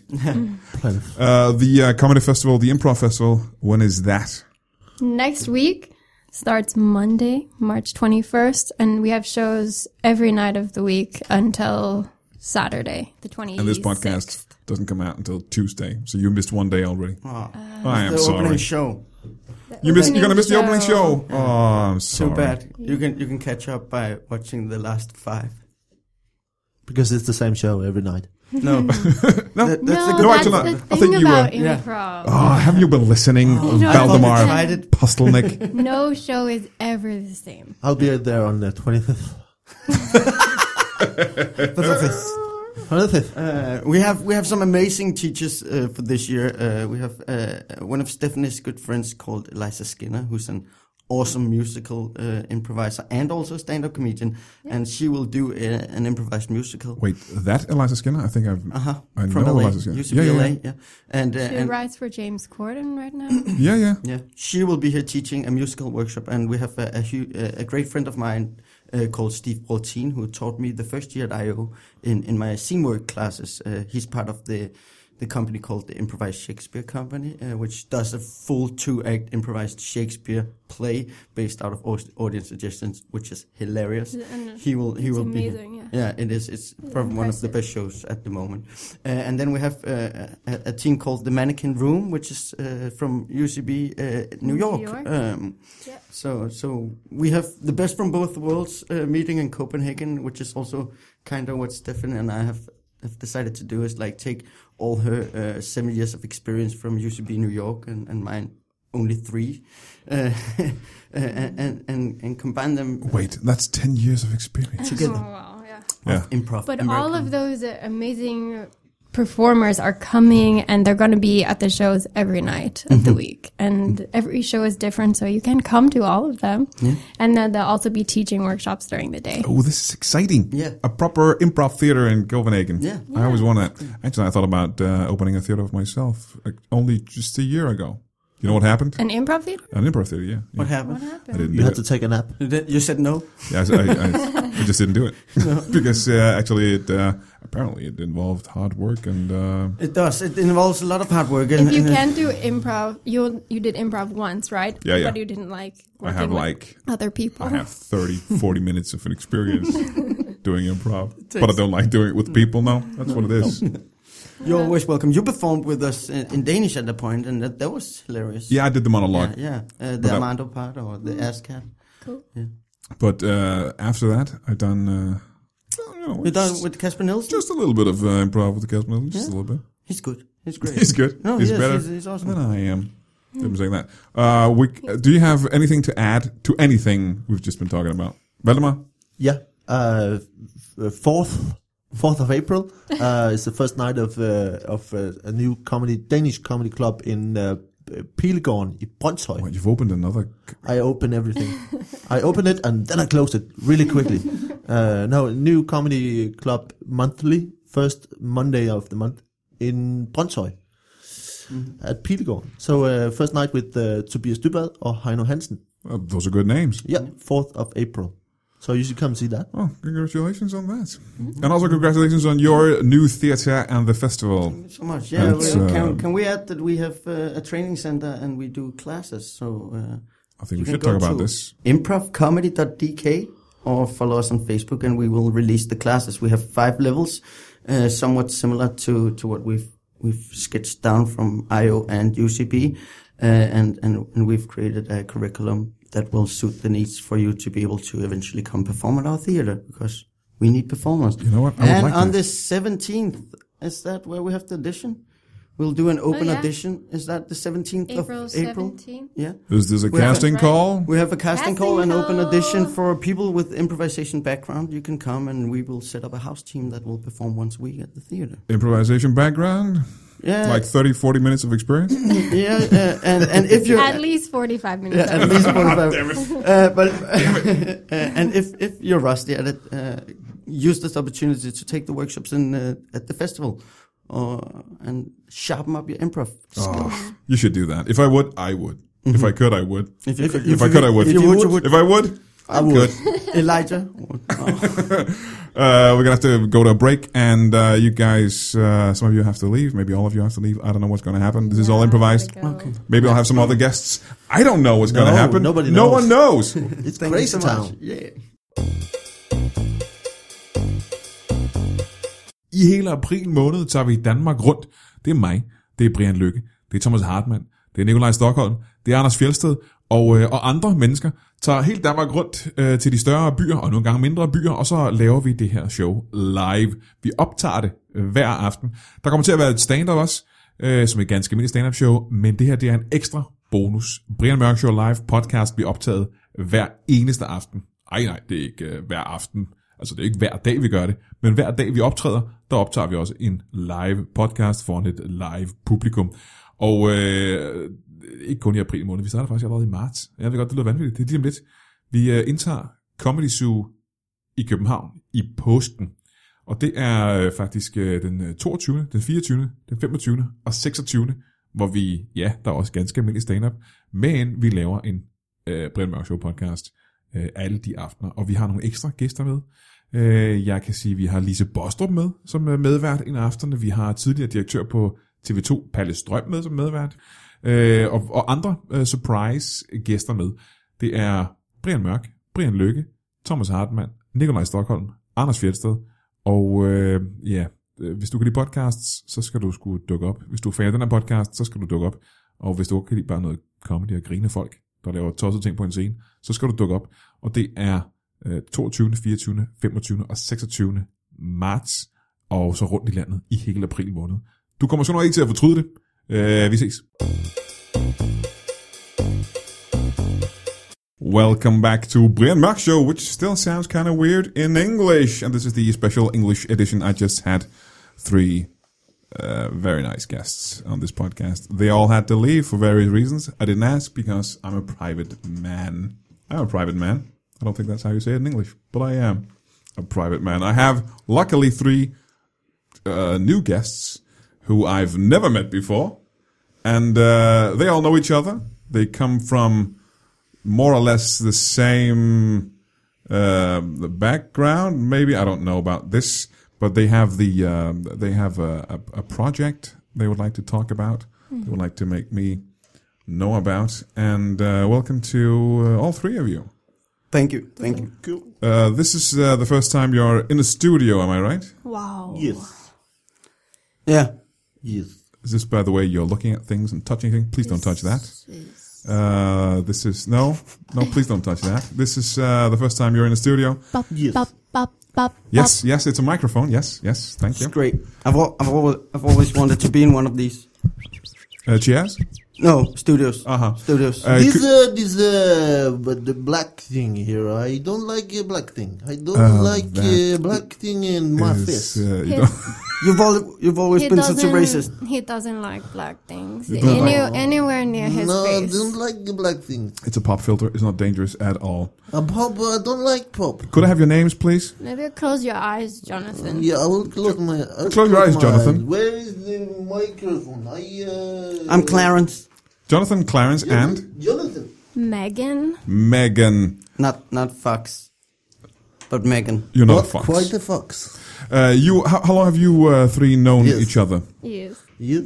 D: Plan.
A: Uh, the uh, comedy festival, the improv festival. When is that?
B: Next week starts Monday, March 21st, and we have shows every night of the week until Saturday, the 26th.
A: And this podcast doesn't come out until Tuesday, so you missed one day already.
C: Ah.
A: I am
C: the opening
A: sorry.
C: show.
A: you missed. You're gonna miss the
B: show.
A: opening show. Oh, I'm
C: Too
A: sorry.
C: bad. You can you can catch up by watching the last
A: <laughs>
C: five.
D: Because it's the same show every night.
C: No,
A: No.
C: That- that's
B: no,
C: the good
A: that's
B: that's
A: one.
B: the
A: I think
B: thing
A: you
B: about
A: were.
C: Yeah.
B: improv.
A: Oh, haven't you been listening,
B: know, I thought
C: I
A: Valdemar
C: tried it.
B: <laughs>
A: Postelnik?
B: No show is ever the same.
D: I'll be there on the 25th.
A: <laughs>
D: 25th.
C: Uh, we have we have some amazing teachers uh, for this year. Uh, we have uh, one of Stephanie's good friends called Eliza Skinner, who's an awesome musical uh, improviser and also a stand-up comedian, and she will do uh an improvised musical.
A: Wait, that Eliza Skinner? I think I've.
C: Uh-huh.
A: I
C: From
A: know
C: LA,
A: Eliza Skinner.
C: used to
A: Yeah,
C: be
A: yeah,
C: LA,
A: yeah.
C: yeah. And, uh,
B: She
C: and
B: writes for James Corden right now.
A: Yeah, yeah.
C: Yeah, she will be here teaching a musical workshop, and we have a a, hu- a great friend of mine uh, called Steve Boltin who taught me the first year at IO in in my scene work classes. Uh, he's part of the the company called the Improvised Shakespeare Company, uh, which does a full two act improvised Shakespeare play based out of aus- audience suggestions, which is hilarious.
A: <coughs>
C: He will he
B: It's
C: will be here.
B: amazing, yeah.
C: Yeah, it is. It's probably one of the
B: impressive.
C: best shows at the moment. Uh, and then we have uh, a, a team called the Mannequin Room, which is uh, from UCB uh,
B: New
C: New York.
B: York.
C: Um,
B: Yep.
C: So, so we have the best from both worlds uh, meeting in Copenhagen, which is also kind of what Stefan and I have have decided to do is like take all her uh, seven years of experience from UCB New York and, and mine only three, uh, <laughs> and, and and and combine them
B: <laughs>
A: Wait, that's ten years of experience.
B: Oh,
C: together.
B: wow, yeah.
A: Yeah.
C: Improv.
B: But
C: and
B: all
C: working.
B: of those uh, amazing performers are coming and they're going to be at the shows every night of the week. And every show is different, so you can come to all of them. And then they'll also be teaching workshops during the day.
A: Oh, this is exciting.
C: Yeah.
A: A proper improv theater in Copenhagen.
C: Yeah.
A: I always want that. Actually, I thought about uh, opening a theater of myself like, only just a year ago. You know what happened?
B: An improv theater?
A: An improv theater, yeah. yeah.
C: What happened?
B: What
A: I
B: happened?
A: didn't
D: You
A: do
D: have
A: it.
D: to take a nap.
C: You did- You said no.
A: yeah, I,
C: <laughs>
A: I- I- I just didn't do it. <laughs> because uh, actually, it uh, apparently it involved hard work and. Uh,
C: It does. It involves a lot of hard work. And,
B: If you
C: and-
B: can do improv, you you did improv once, right?
A: Yeah, yeah.
B: But you didn't like
A: I
B: working
A: have
B: with
A: like
B: other people.
A: I have 30, 40 minutes of an
C: <laughs>
A: experience doing improv, but I
C: takes- Mm.
A: don't like doing it with people. No, that's what it is.
C: you're
B: uh,
C: always welcome. You performed with us in, in Danish at the point, and that, that was hilarious.
A: Yeah, I did the monologue.
C: yeah, yeah. Uh, the
A: that-
C: Armando part or
B: Mm.
C: the ass cat.
B: Cool.
A: But uh, after that, I've done. Uh, you know,
C: We
A: just-
C: done with Casper Nielsen.
A: Just a little bit of uh, improv with the cast members, just a little bit. <laughs>
C: he's good. He's great.
A: He's good.
C: No,
A: he's
C: yes,
A: better
C: Oh, he's- he's awesome.
A: than I am. I'm saying that. Uh, we, uh, do you have anything to add to anything we've just been talking about, Valdemar?
D: Yeah. Uh, f- fourth, fourth of April uh, is the first night of uh, of uh, a new comedy Danish comedy club in uh, P- Pilegården i Brøndshøj.
A: Well, you've opened another. c-
D: I open everything. I open it and then I close it really
C: <laughs>
D: quickly. Uh, no, new comedy club monthly, first Monday of the month in Brøndshøj
C: Mm-hmm.
D: at Pilegården. So uh, first night with uh, Tobias Dybad or Heino Hansen.
A: Uh, those are good names.
D: Yeah,
C: Mm-hmm.
D: 4th of April. So you should come see that.
A: Oh, congratulations on that,
C: Mm-hmm.
A: and also congratulations on your new theater and the festival.
C: So much. Yeah.
A: That's,
C: well,
A: uh,
C: can, can we add that we have uh, a training center and we do classes? So uh,
A: I think we
C: you can
A: should
C: go
A: talk about
C: to
A: this.
C: Improvcomedy.dk or follow us on Facebook, and we will release the classes. We have five levels, uh, somewhat similar to to what we've we've sketched down from IO and UCB, uh, and and and we've created a curriculum that will suit the needs for you to be able to eventually come perform at our theater because we need performers.
A: You know what? I would
C: and
A: like
C: on
A: that.
C: the seventeenth, is that where we have the audition? We'll do an open
B: Oh, yeah.
C: audition. Is that the 17th
B: Oh, April
C: of April?
B: seventeenth.
C: Yeah.
A: Is this a
C: We're-
A: casting
B: Right.
A: call?
C: We have a
B: Casting
C: casting, call and open
B: call.
C: audition for people with improvisation background. You can come and we will set up a house team that will perform once a week at the theater.
A: Improvisation background?
C: Yeah.
A: Like 30, 40 minutes of experience?
C: yeah. Uh, and, and if you're
B: At least forty-five minutes.
C: Yeah, at least one
A: <laughs>
C: of them. Uh, but <laughs> uh, and if if you're rusty at it, uh, use this opportunity to take the workshops in uh, at the festival, or and sharpen up your improv.
A: Oh.
C: skills.
A: You should do that. If I would, I would. If I could, I would.
C: If, you could,
A: If I could, I would.
C: If you would, you would.
A: If I would, I would.
C: Elijah. Oh,
A: Uh, we're gonna have to go to a break, and uh, you guys, uh, some of you have to leave. Maybe all of you have to leave. I don't know what's gonna happen. This is all improvised.
B: Okay.
A: Maybe I'll have some other guests. I don't know what's gonna
D: No,
A: happen.
D: nobody
A: No
D: knows.
A: one knows.
D: It's
C: thank you
D: crazy
C: so
D: town.
C: much. Yeah.
A: I hele april måned tager vi Danmark rundt. Det er mig, det er Brian Lykke, det er Thomas Hartmann, det er Nikolaj Stockholm, det er Anders Fjelsted og, øh, og andre mennesker tager helt Danmark rundt øh, til de større byer og nogle gange mindre byer, og så laver vi det her show live. Vi optager det øh, hver aften. Der kommer til at være et stand-up også, øh, som er et ganske almindeligt stand-up show, men det her det er en ekstra bonus. Brian Mørk Show Live podcast bliver optaget hver eneste aften. Ej nej, det er ikke øh, hver aften. Altså det er ikke hver dag, vi gør det, men hver dag, vi optræder, der optager vi også en live podcast foran et live publikum. Og øh, ikke kun i april måned, vi starter faktisk allerede i marts. Jeg ved godt, det lyder vanvittigt, det er lige om lidt. Vi øh, indtager Comedy Zoo i København i påsken. Og det er øh, faktisk øh, den øh, 22., den 24., den 25. og 26., hvor vi, ja, der er også ganske almindelig stand-up, men vi laver en øh, Brian Mørk Show podcast øh, alle de aftener, og vi har nogle ekstra gæster med. Øh, jeg kan sige, at vi har Lise Bostrup med som øh, medvært en af aftenerne. Vi har tidligere direktør på TV2, Palle Strøm, med som medvært. Øh, og, og andre øh, surprise-gæster med. Det er Brian Mørk, Brian Lykke, Thomas Hartmann, Nikolaj Stockholm, Anders Fjeldsted. Og øh, ja, øh, hvis du kan lide podcasts, så skal du sgu dukke op. Hvis du er fan af den her podcast, så skal du dukke op. Og hvis du kan lide bare noget comedy og grine af folk, der laver tossede ting på en scene, så skal du dukke op. Og det er øh, 22., 24., 25. og 26. marts, og så rundt i landet i hele april måned. Du kommer så nok ikke til at fortryde det. Øh, vi ses. Welcome back to Brian Mach Show, which still sounds kind of weird in English. And this is the special English edition. I just had three uh, very nice guests on this podcast. They all had to leave for various reasons. I didn't ask because I'm a private man. I'm a private man. I don't think that's how you say it in English, but I am a private man. I have luckily three uh, new guests who I've never met before, and uh, they all know each other. They come from more or less the same uh, the background. Maybe I don't know about this, but they have the um, they have a, a, a project they would like to talk about. They would like to make me know about. And uh, welcome to uh, all three of you.
C: Thank you. Thank you.
A: Uh, this is uh, the first time you're in a studio, am I right?
B: Wow.
D: Yes.
C: Yeah.
D: Yes.
A: Is this, by the way, you're looking at things and touching things? Please don't touch that. Uh, this is no, no. Please don't touch that. This is uh, the first time you're in a studio.
B: Bop,
D: Yes.
B: bop, bop, bop,
A: Yes, yes, it's a microphone. Yes, yes. Thank
C: It's
A: you.
C: great. I've al- I've always I've always wanted to be in one of these.
A: Uh, cheers.
C: No studios.
A: Uh-huh.
C: Studios.
A: Uh,
D: this
A: cou-
D: uh, this uh, but the black thing here. I don't like uh, black thing. I don't
A: Oh,
D: like
A: that
D: uh, black thing in my
A: is,
D: face.
A: uh, you
B: His-
A: don't-
C: you've al- you've always
B: He
C: been such a
B: doesn't-
C: racist.
B: He doesn't like black things.
A: You don't
B: Any,
A: like-
B: anywhere near his
D: no, I
B: face.
D: don't like the black thing.
A: It's a pop filter. It's not dangerous at all.
D: Uh, pop, I don't like pop.
A: Could I have your names, please?
B: Maybe close your eyes, Jonathan.
D: Yeah, I will close my. I'll
A: Close your eyes,
D: my
A: Jonathan.
D: Where is the microphone? I. Uh,
C: I'm Clarence.
A: Jonathan, Clarence, and
D: Jonathan.
B: Megan.
A: Mm. Megan.
C: Not not Fox, but Megan.
A: You're not,
D: Not
A: a fox.
D: quite a fox.
A: Uh, you. How, how long have you uh, three known
D: Yes.
A: each other?
B: Yes.
D: Yes.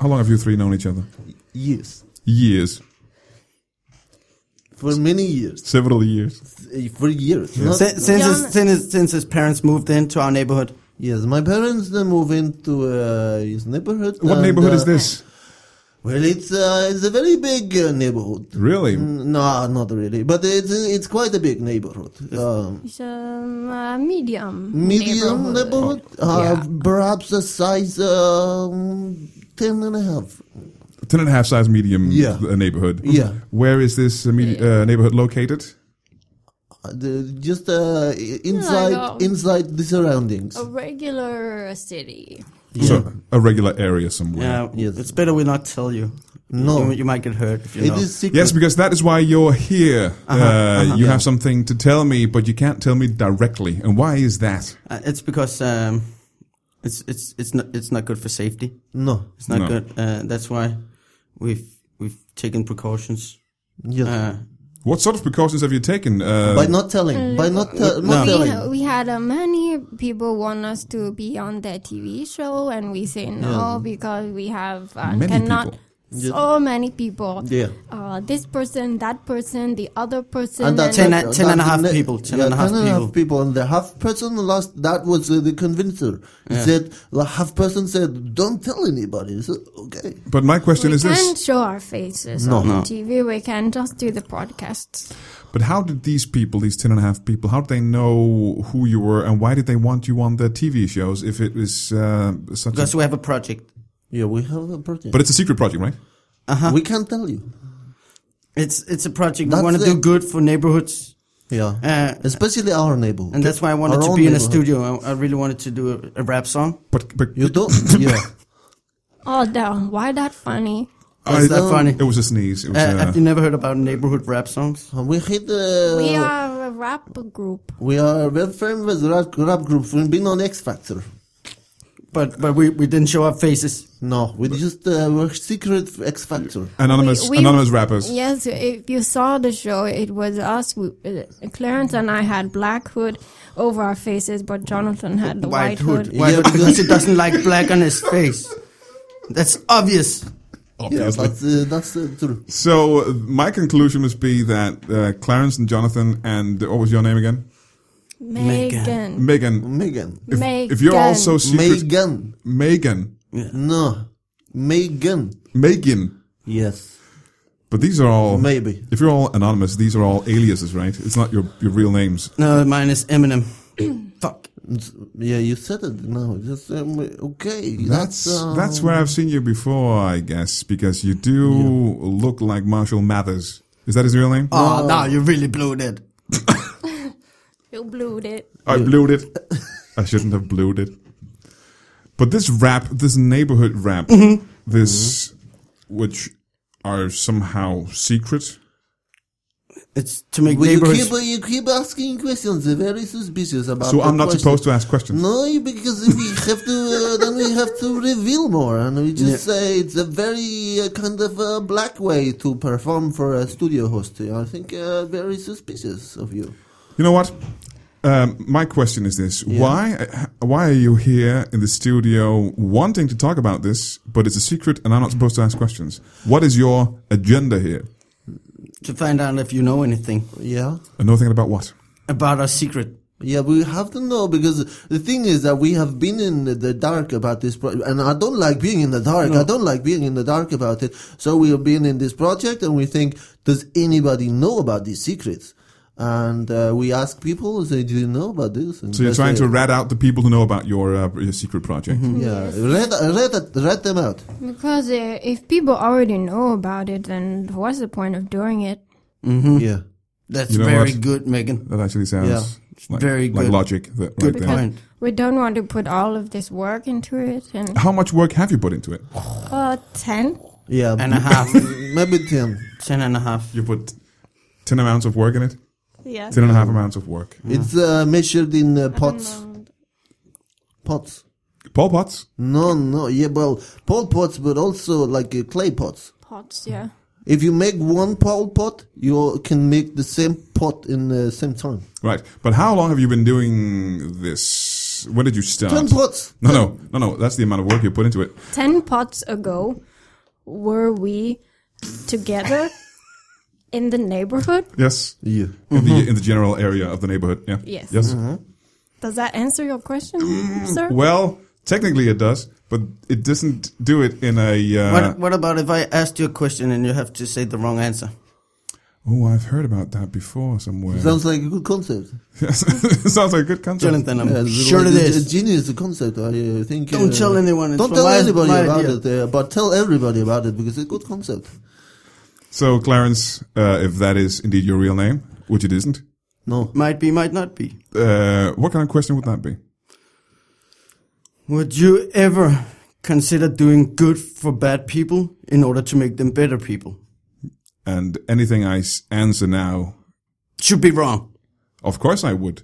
A: How long have you three known each other?
D: Yes.
A: Years.
D: For many years.
A: Several years.
D: Uh, For years. Not,
C: Since since
B: John-
C: his, since, his, since his parents moved into our neighborhood,
D: yes, my parents then move into uh, his neighborhood.
A: What
D: and,
A: neighborhood
D: uh,
A: is this?
D: Well, it's uh, it's a very big uh, neighborhood.
A: Really?
D: Mm, No, not really. But it's it's quite a big neighborhood. Um,
B: It's um, a medium.
D: medium
B: neighborhood.
C: Oh,
D: neighborhood, uh,
B: Yeah.
D: perhaps a size um, ten and a half.
A: Ten and a half size medium
D: Yeah.
A: uh, neighborhood.
D: Yeah.
A: Where is this uh, medi- uh, neighborhood located?
D: Uh, the- just uh, i- inside
E: no.
D: inside the surroundings.
B: A regular city.
A: So a regular area somewhere.
C: Yeah,
D: Yes.
C: uh, it's better we not tell you.
D: No.
C: you, you might get hurt. If you
D: It
C: know.
D: is secret.
A: Yes, because that is why you're here. uh
D: Uh-huh.
A: you have something to tell me, but you can't tell me directly. And why is that?
C: Uh, it's because um, it's it's it's not it's not good for safety.
D: no.
C: It's not
A: No.
C: good. Uh, that's why we've we've taken precautions.
D: Yes.
C: Uh,
A: What sort of precautions have you taken? Uh,
D: by not telling. By not, tell
C: no.
D: not
B: We,
D: telling.
B: we had uh, many people want us to be on their TV show, and we say no because we have uh,
A: Many
B: cannot.
A: people.
B: So many people.
D: Yeah.
B: Uh, this person, that person, the other person.
D: that's
C: Ten
D: not-
C: and- ten and a
D: that-
C: half
D: ne-
C: people, ten
D: yeah,
C: and a half
D: ten and a half
C: people.
D: people, and the half person last. That was uh, the convincer. He said the half person said, "Don't tell anybody." So okay,
A: but my question
B: we
A: is this.
B: can't show our faces on TV. We can just do the podcasts.
A: But how did these people, these ten and a half people, how did they know who you were and why did they want you on their TV shows if it was uh, such a...
C: because we have a project.
D: yeah, we have a project,
A: But it's a secret project, right?
C: Uh-huh.
D: we can't tell you.
C: It's it's a project.
D: That's
C: we want to
D: the-
C: do good for neighborhoods,
D: Yeah,
C: Uh,
D: especially our neighborhood,
C: and that's why I wanted
D: Our
C: to
D: own
C: be in a
D: neighborhood.
C: studio. I, I really wanted to do a, a rap song.
A: But, but
C: <laughs>
D: You don't. yeah,
B: Oh, damn. Why that funny?
C: Is that funny?
A: It was a sneeze. It was,
C: Uh,
A: uh,
C: have you never heard about neighborhood rap songs?
D: we hit. Uh,
B: we are a rap group.
D: we are a very famous rap, rap group. We've been on X Factor.
C: But but we, we didn't show our faces.
D: No, we just uh, were secret X Factor.
A: anonymous,
B: we-
A: anonymous rappers.
B: Yes, if you saw the show, it was us. We, uh, Clarence and I had black hood over our faces, but Jonathan had the white, hood.
C: White
D: Yeah,
C: hood
D: because-
C: because he doesn't like black on his face. That's obvious.
D: Yeah,
A: Obviously.
D: that's uh, that's uh, true.
A: So uh, my conclusion must be that uh, Clarence and Jonathan and uh, what was your name again?
B: Megan.
A: Megan.
D: Megan.
A: If,
B: Megan.
A: if you're also secret,
D: Megan.
A: Megan,
D: No, Megan.
A: Megan.
D: Yes,
A: But these are all
D: maybe.
A: If you're all anonymous, these are all aliases, right? It's not your your real names.
C: No, mine is
D: <clears throat>
C: Eminem. Fuck.
D: Yeah, you said it. No, just um, okay.
A: That's
D: uh,
A: that's where I've seen you before, I guess, because you do look like Marshall Mathers. Is that his real name?
D: Uh,
C: Oh, now you really blew that.
B: You blued it.
A: I blew
D: <laughs>
A: it. I shouldn't have blew it. But this rap, this neighborhood rap,
D: Mm-hmm.
A: this which are somehow secret.
C: It's to make
D: Well, you
C: neighborhoods.
D: keep uh, you keep asking questions. They're very suspicious about.
A: So
D: the
A: I'm not
D: Uh, question.
A: supposed to ask questions.
D: No, you- because if we have to, uh, <laughs> then we have to reveal more, and we just
C: Yeah.
D: say it's a very uh, kind of uh, black way to perform for a studio host. I think uh, very suspicious of you.
A: You know what? Um, my question is this: Why why are you here in the studio wanting to talk about this, but it's a secret, and I'm not supposed to ask questions? What is your agenda here?
C: to find out if you know anything
D: Yeah.
A: I know thinking about what?
C: about our secret.
D: Yeah, we have to know because the thing is that we have been in the dark about this, pro- and I don't like being in the dark. I don't like being in the dark about it. So we have been in this project, and we think, does anybody know about these secrets? And uh, we ask people, they didn't know about this. And
A: So you're
D: they
A: trying
D: say,
A: to rat out the people who know about your uh, your secret project.
C: Mm-hmm.
D: yeah, read, read, read them out.
B: Because uh, if people already know about it, then what's the point of doing it?
C: Hmm.
D: Yeah,
C: That's
A: You know
C: very
A: what?
C: good,
A: <laughs>
C: Megan.
A: That actually sounds
D: Yeah.
A: like,
C: Very
A: like
C: good.
A: logic. That,
C: Good
A: right there.
C: point.
B: We don't want to put all of this work into it. And
A: How much work have you put into it?
B: uh, ten.
D: yeah,
C: And a half.
D: maybe ten.
C: Ten and a half.
A: You put ten amounts of work in it.
B: Yes.
A: Ten and a half amounts of work.
C: Hmm. Mm.
D: It's uh, measured in uh, pots. Pots.
A: Paul Potts.
D: No, no, yeah, well, pole pots, but also like uh, clay pots.
B: Pots. Yeah.
D: If you make one pole pot, you can make the same pot in the same time.
A: Right. But how long have you been doing this? When did you start?
D: Ten pots.
A: No, no, no, no. That's the amount of work you put into it.
B: Ten pots ago, were we
A: <laughs>
B: together in the neighborhood?
A: Yes.
D: Yeah.
A: In
C: Mm-hmm.
A: the in the general area of the neighborhood. Yeah.
B: Yes.
A: Yes.
B: Does that answer your
A: Mm,
B: question, sir?
A: Well, technically it does, but it doesn't do it in a. Uh,
D: Uh-huh.
C: What, what about if I asked you a question and you have to say the wrong answer?
A: Oh, I've heard about that before somewhere. <laughs>
D: Sounds like a good concept.
A: Sounds like a good concept.
C: Jonathan, I'm
D: Yeah,
C: sure it
D: it's
C: is.
D: A genius concept. I uh, think.
C: Don't
D: uh,
C: tell anyone. It's
D: Don't
C: my-
D: tell
C: my-
D: anybody
C: my
D: about
C: idea.
D: it, uh, but tell everybody about it because it's a good concept.
A: So, Clarence, uh, if that is indeed your real name, which it isn't,
D: No,
C: Might be, might not be.
A: uh, what kind of question would that be?
C: Would you ever consider doing good for bad people in order to make them better people?
A: And anything I s- answer now,
C: Should be wrong.
A: of course I would.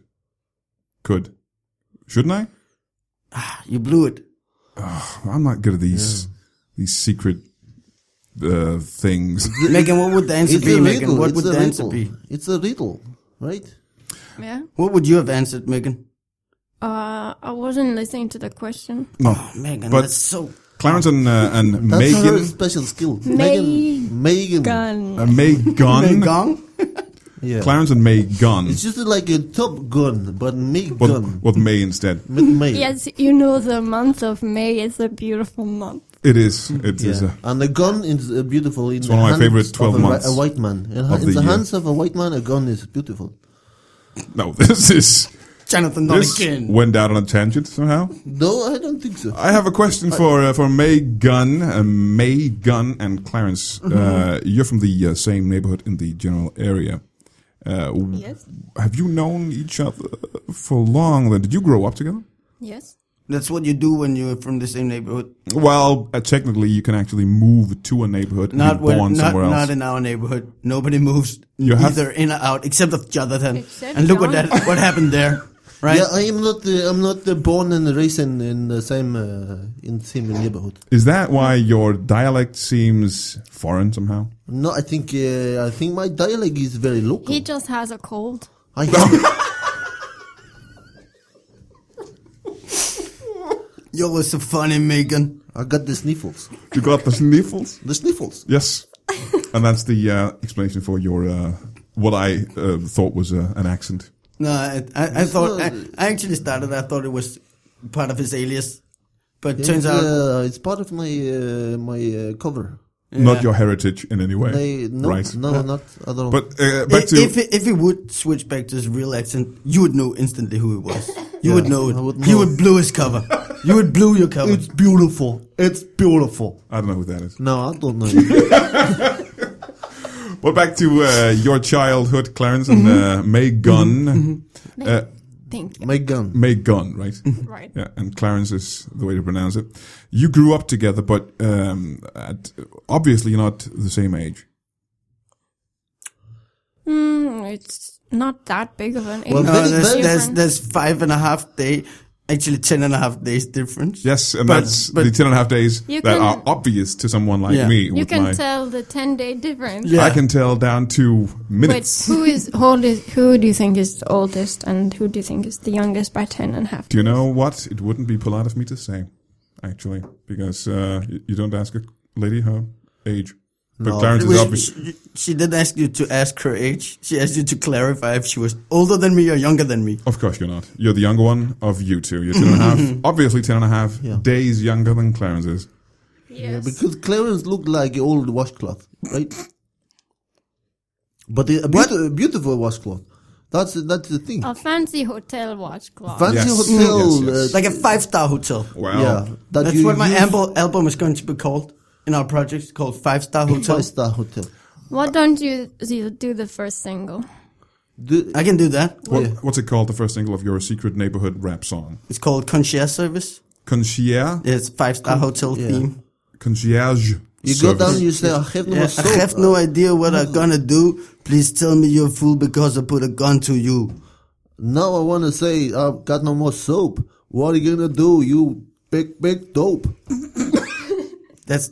A: Could. Shouldn't I?
C: You blew it.
A: I'm not good at these these secret uh, things.
C: Megan, what would the answer
D: it's
C: be,
D: a
C: Megan?
D: riddle.
C: What
D: It's
C: would the
D: a
C: answer
D: riddle.
C: be?
D: It's a riddle, right?
F: Yeah.
C: What would you have answered, Megan?
F: Uh, I wasn't listening to the question.
A: no,
C: Megan,
A: But-
C: that's so.
A: Clarence and uh, and
D: That's her
A: Megan,
D: special skill. Megan. Megan.
F: Gun.
A: uh, Megan,
C: Gong?
D: Yeah.
A: Clarence and Megan.
D: It's just like a Top Gun, but Megan.
A: What what May instead?
D: With May.
F: Yes, you know the month of May is a beautiful month.
A: It is. It is uh,
D: Yeah.
A: a,
D: And the gun is uh, beautiful. In
A: It's
D: the
A: one of my
D: hands
A: favorite 12
D: of a,
A: months
D: A white man. In,
A: of the
D: in the
A: year.
D: hands of a white man, a gun is beautiful.
A: no. <laughs> This is
C: Jonathan, not
A: this
C: again.
A: went out on a tangent somehow.
D: No, I don't think so.
A: I have a question for uh, for May Gunn, uh, May Gunn, and Clarence. Uh,
C: Mm-hmm.
A: you're from the uh, same neighborhood in the general area. Uh, w-
F: Yes.
A: Have you known each other for long? Then did you grow up together?
F: Yes.
C: That's what you do when you're from the same neighborhood.
A: Well, uh, technically, you can actually move to a neighborhood and
C: Not
A: be
C: when,
A: born
C: not,
A: somewhere
C: not
A: else.
C: in our neighborhood. Nobody moves
A: You have-
C: either in or out, except of Jonathan.
F: Except
C: and look what
F: Jonathan.
C: that what happened there, right?
D: Yeah, I am not. Uh, I'm not uh, born and raised in, in the same uh, in same neighborhood.
A: Is that why your dialect seems foreign
C: <laughs>
A: somehow?
D: No, I think uh, I think my dialect is very local.
F: He just has a cold.
D: I have,
C: Yo, it's so funny, Megan.
D: I got the sniffles.
A: You got the sniffles.
D: The sniffles.
A: Yes, and that's the uh, explanation for your uh, what I uh, thought was uh, an accent.
C: No, I, I, I thought I,
D: not-
C: I actually started. I thought it was part of his alias, but turns out
D: uh, it's part of my uh, my uh, cover.
A: not
C: Yeah.
A: your heritage in any way.
D: They no,
A: right.
D: no, not at all.
A: But uh, back
C: i-
A: to
C: if if he would switch back to his real accent, you would know instantly who it was. You
D: Yeah,
C: would know it.
D: I would
C: He
D: know.
C: would blow his cover. you would blow your cover.
D: it's beautiful. It's beautiful.
A: I don't know who that is.
D: No, I don't know.
A: <laughs>
D: you.
A: But back to uh, your childhood, Clarence and
C: Mm-hmm.
A: uh, May Gunn. Uh,
F: Thank you.
D: my gun.
A: May Gunn, right?
C: Mm-hmm.
F: Right.
A: Mm. yeah, and Clarence is the way to pronounce it. You grew up together, but um, at, obviously you're not the same age.
F: Mm, it's not that big of an age.
D: Well,
C: no,
D: very-
C: there's,
D: very
C: there's
F: different.
C: there's five and a half day, actually ten and a half days difference.
A: Yes, and
C: But-
A: that's
C: but-
A: the ten and a half days that
F: You can-
A: are obvious to someone like
C: Yeah.
A: me.
F: you
A: with
F: can
A: my,
F: tell the 10 day difference.
C: Yeah.
A: I can tell down to
F: Wait,
A: minutes.
F: who is oldest? Who do you think is the oldest, and who do you think is the youngest by ten and a half?
A: Do you know what? It wouldn't be polite of me to say, actually, because uh, you, you don't ask a lady her age. But
D: No.
A: Clarence is
C: Well,
A: obvious.
C: she, she didn't ask you to ask her age. She asked you to clarify if she was older than me or younger than me.
A: Of course you're not. You're the younger one of you two. You're ten and a
D: <laughs>
A: half, obviously ten and a half
D: Yeah.
A: days younger than Clarence is.
D: Yeah, because Clarence looked like an old washcloth, right? But a, beaut- a beautiful washcloth. That's that's the
C: Oh.
D: thing.
F: A fancy hotel watchcloth.
D: Fancy
A: Yes.
D: hotel.
A: Yes, yes.
D: Uh,
C: Like a five star hotel.
A: Wow.
D: yeah, that
C: That's
D: you
C: what my
D: use
C: album, album is going to be called in our project. It's called Five Star Hotel.
D: five star hotel.
F: Why don't you, you do the first single?
D: Do,
C: I can do that.
D: yeah.
A: What's it called? The first single of your secret neighborhood rap song.
C: It's called Concierge Service.
A: Concierge,
C: It's five star hotel
D: yeah.
C: theme.
A: concierge.
D: You
A: service.
D: go down. You say, "I have no
C: Yeah,
D: more
C: I
D: soul."
C: have no idea what I'm gonna do. Please tell me you're a fool because I put a gun to you.
D: Now I want to say I've got no more soap. What are you gonna do, you big big dope?
C: That's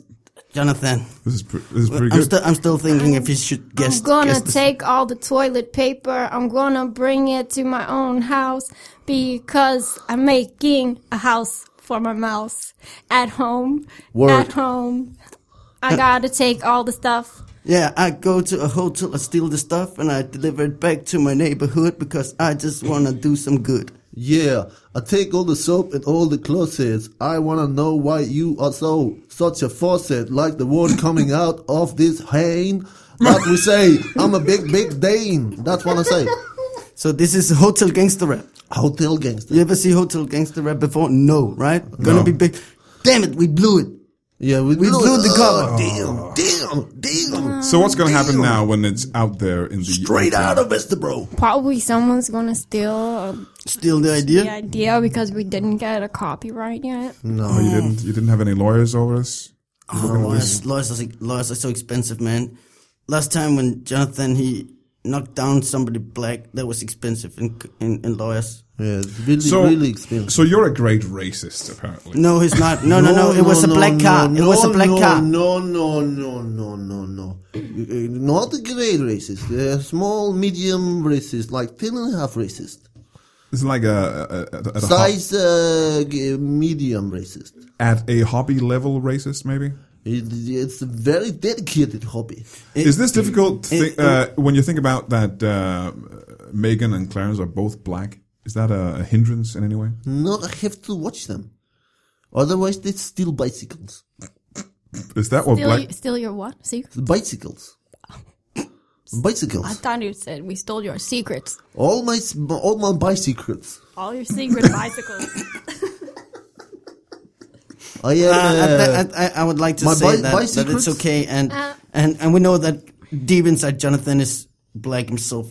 C: Jonathan.
A: This is pre- this is pretty
C: I'm
A: good.
C: still I'm still thinking if he should guess.
F: I'm gonna
C: guess the-
F: take all the toilet paper. I'm gonna bring it to my own house because I'm making a house for my mouse at home.
D: Word.
F: At home, I gotta take all the stuff.
C: Yeah, I go to a hotel, I steal the stuff, and I deliver it back to my neighborhood because I just wanna do some good.
D: Yeah, I take all the soap and all the closets. I wanna know why you are so such a faucet, like the word coming out of this hand. That we say, I'm a big, big Dane. That's what I say.
C: So this is Hotel Gangster Rap.
D: Hotel gangster.
C: You ever see Hotel Gangster Rap before? No, right? Gonna
A: No.
C: be big. Damn it, we blew it.
D: Yeah, we,
C: We blew the cover.
D: Damn, damn, damn.
A: So what's gonna happen now when it's out there in the
D: Straight out of Vesterbro.
B: Probably someone's gonna
F: uh,
B: steal
C: Steal the idea.
B: the idea because we didn't get a copyright yet.
A: Oh, you didn't. You didn't have any lawyers over this.
C: Oh, lawyers, lawyers, are, so- lawyers are so expensive, man. Last time when Jonathan he knocked down somebody black, that was expensive in in, in lawyers.
D: Yeah, it's really,
A: So
D: really expensive.
A: So you're a great racist, apparently.
C: No, he's not. No, no, no. it was a black car. it was a black
D: no,
C: car.
D: No, no, no, no, no, no. Uh, uh, Not a great racist. A small, medium racist, like thin and a half racist.
A: It's like a, a, a,
C: Uh-huh.
A: at, a ho-
D: Size uh, g- medium racist.
A: at a hobby level racist, maybe.
D: It, it's a very dedicated hobby.
A: Is this difficult thi-
C: it-
A: uh, when you think about that? Uh, Megan and Clarence are both black. Is that a, a hindrance in any way?
D: No, I have to watch them. Otherwise, they steal bicycles.
A: Is that what
G: Steal,
A: black?
G: you, steal your what? See?
C: <laughs>
D: Bicycles.
G: I
D: Bicycles.
G: thought you said we stole your secrets.
D: All my s- all my bicycles.
G: All your secret bicycles. <laughs>
D: I am.
C: Uh,
D: uh,
C: I- I, I, I would like to
D: my
C: say
D: bi-
C: that,
D: bi-
C: that it's
D: secrets?
C: okay, and and and we know that deep inside Jonathan is black himself.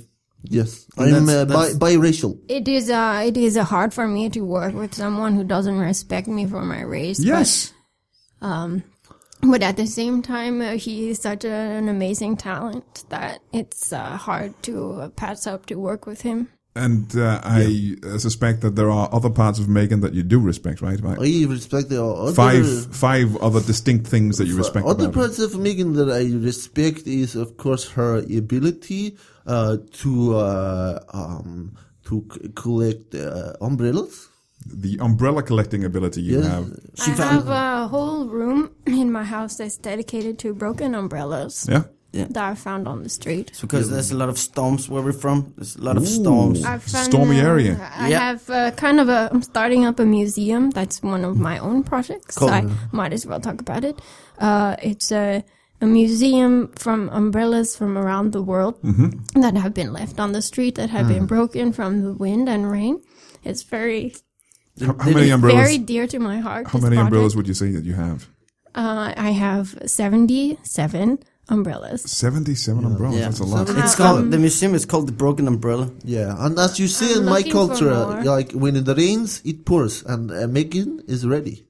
D: yes,
C: And
D: I'm
C: that's-
D: uh, bi-
C: that's-
D: biracial.
B: It is uh, it is uh, hard for me to work with someone who doesn't respect me for my race.
A: yes.
B: But, but at the same time, uh, he is such a, an amazing talent that it's uh, hard to uh, pass up to work with him.
A: And uh, I uh, suspect that there are other parts of Megan that you do respect, right? Like
D: I respect the other,
A: Five, five other distinct things that you respect
D: other
A: about her.
D: parts of Megan that I respect is, of course, her ability uh, to uh, um, to c- collect uh, umbrellas.
A: the umbrella collecting ability you have.
B: I have a whole room in my house that's dedicated to broken umbrellas
A: Yeah.
B: that I found on the street.
C: Because there's a lot of storms where we're from. There's a lot of storms.
A: Ooh.
B: I found,
A: Stormy
B: uh,
A: area.
B: I
C: Yeah.
B: have uh, kind of a. I'm starting up a museum. That's one of my own projects.
D: Cool.
B: So I might as well talk about it. Uh, it's a a museum from umbrellas from around the world
A: Mm-hmm.
B: that have been left on the street that have
A: Mm.
B: been broken from the wind and rain. It's very
A: How, how many umbrellas?
B: very dear to my heart.
A: How
B: this
A: many
B: project.
A: umbrellas would you say that you have?
B: Uh, I have seventy-seven umbrellas.
A: Seventy-seven umbrellas.
C: Yeah.
A: That's a lot.
D: Seven-
C: It's called the museum is called the Broken Umbrella.
D: Yeah, and as you see
B: I'm
D: in my
B: looking for
D: culture,
B: more.
D: like when it rains, it pours, and uh, Megan is ready.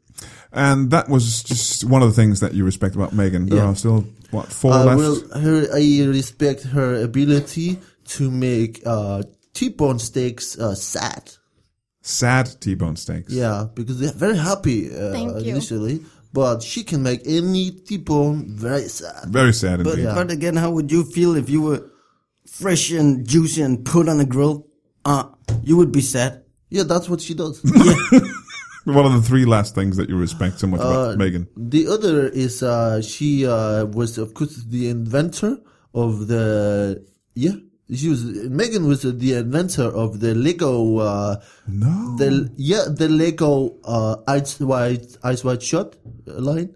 A: And that was just one of the things that you respect about Megan. There
D: Yeah.
A: are still what four
C: Uh,
D: I
A: left.
D: will. Her, I respect her ability to make uh, T-bone steaks uh, sad.
A: Sad T-bone steaks.
D: Yeah, because they're very happy uh,
B: Thank you.
D: initially, but she can make any T-bone very sad.
A: Very sad
C: But uh,
A: indeed.
C: but again, how would you feel if you were fresh and juicy and put on the grill? Uh you would be sad.
D: Yeah, that's what she does.
A: What are the three last things that you respect so much
C: Uh,
A: about Megan?
D: the other is uh, she uh, was, of course, the inventor of the yeah. She was Megan was the inventor of the Lego. Uh,
A: No.
D: the yeah the Lego uh, eyes wide eyes wide shut line.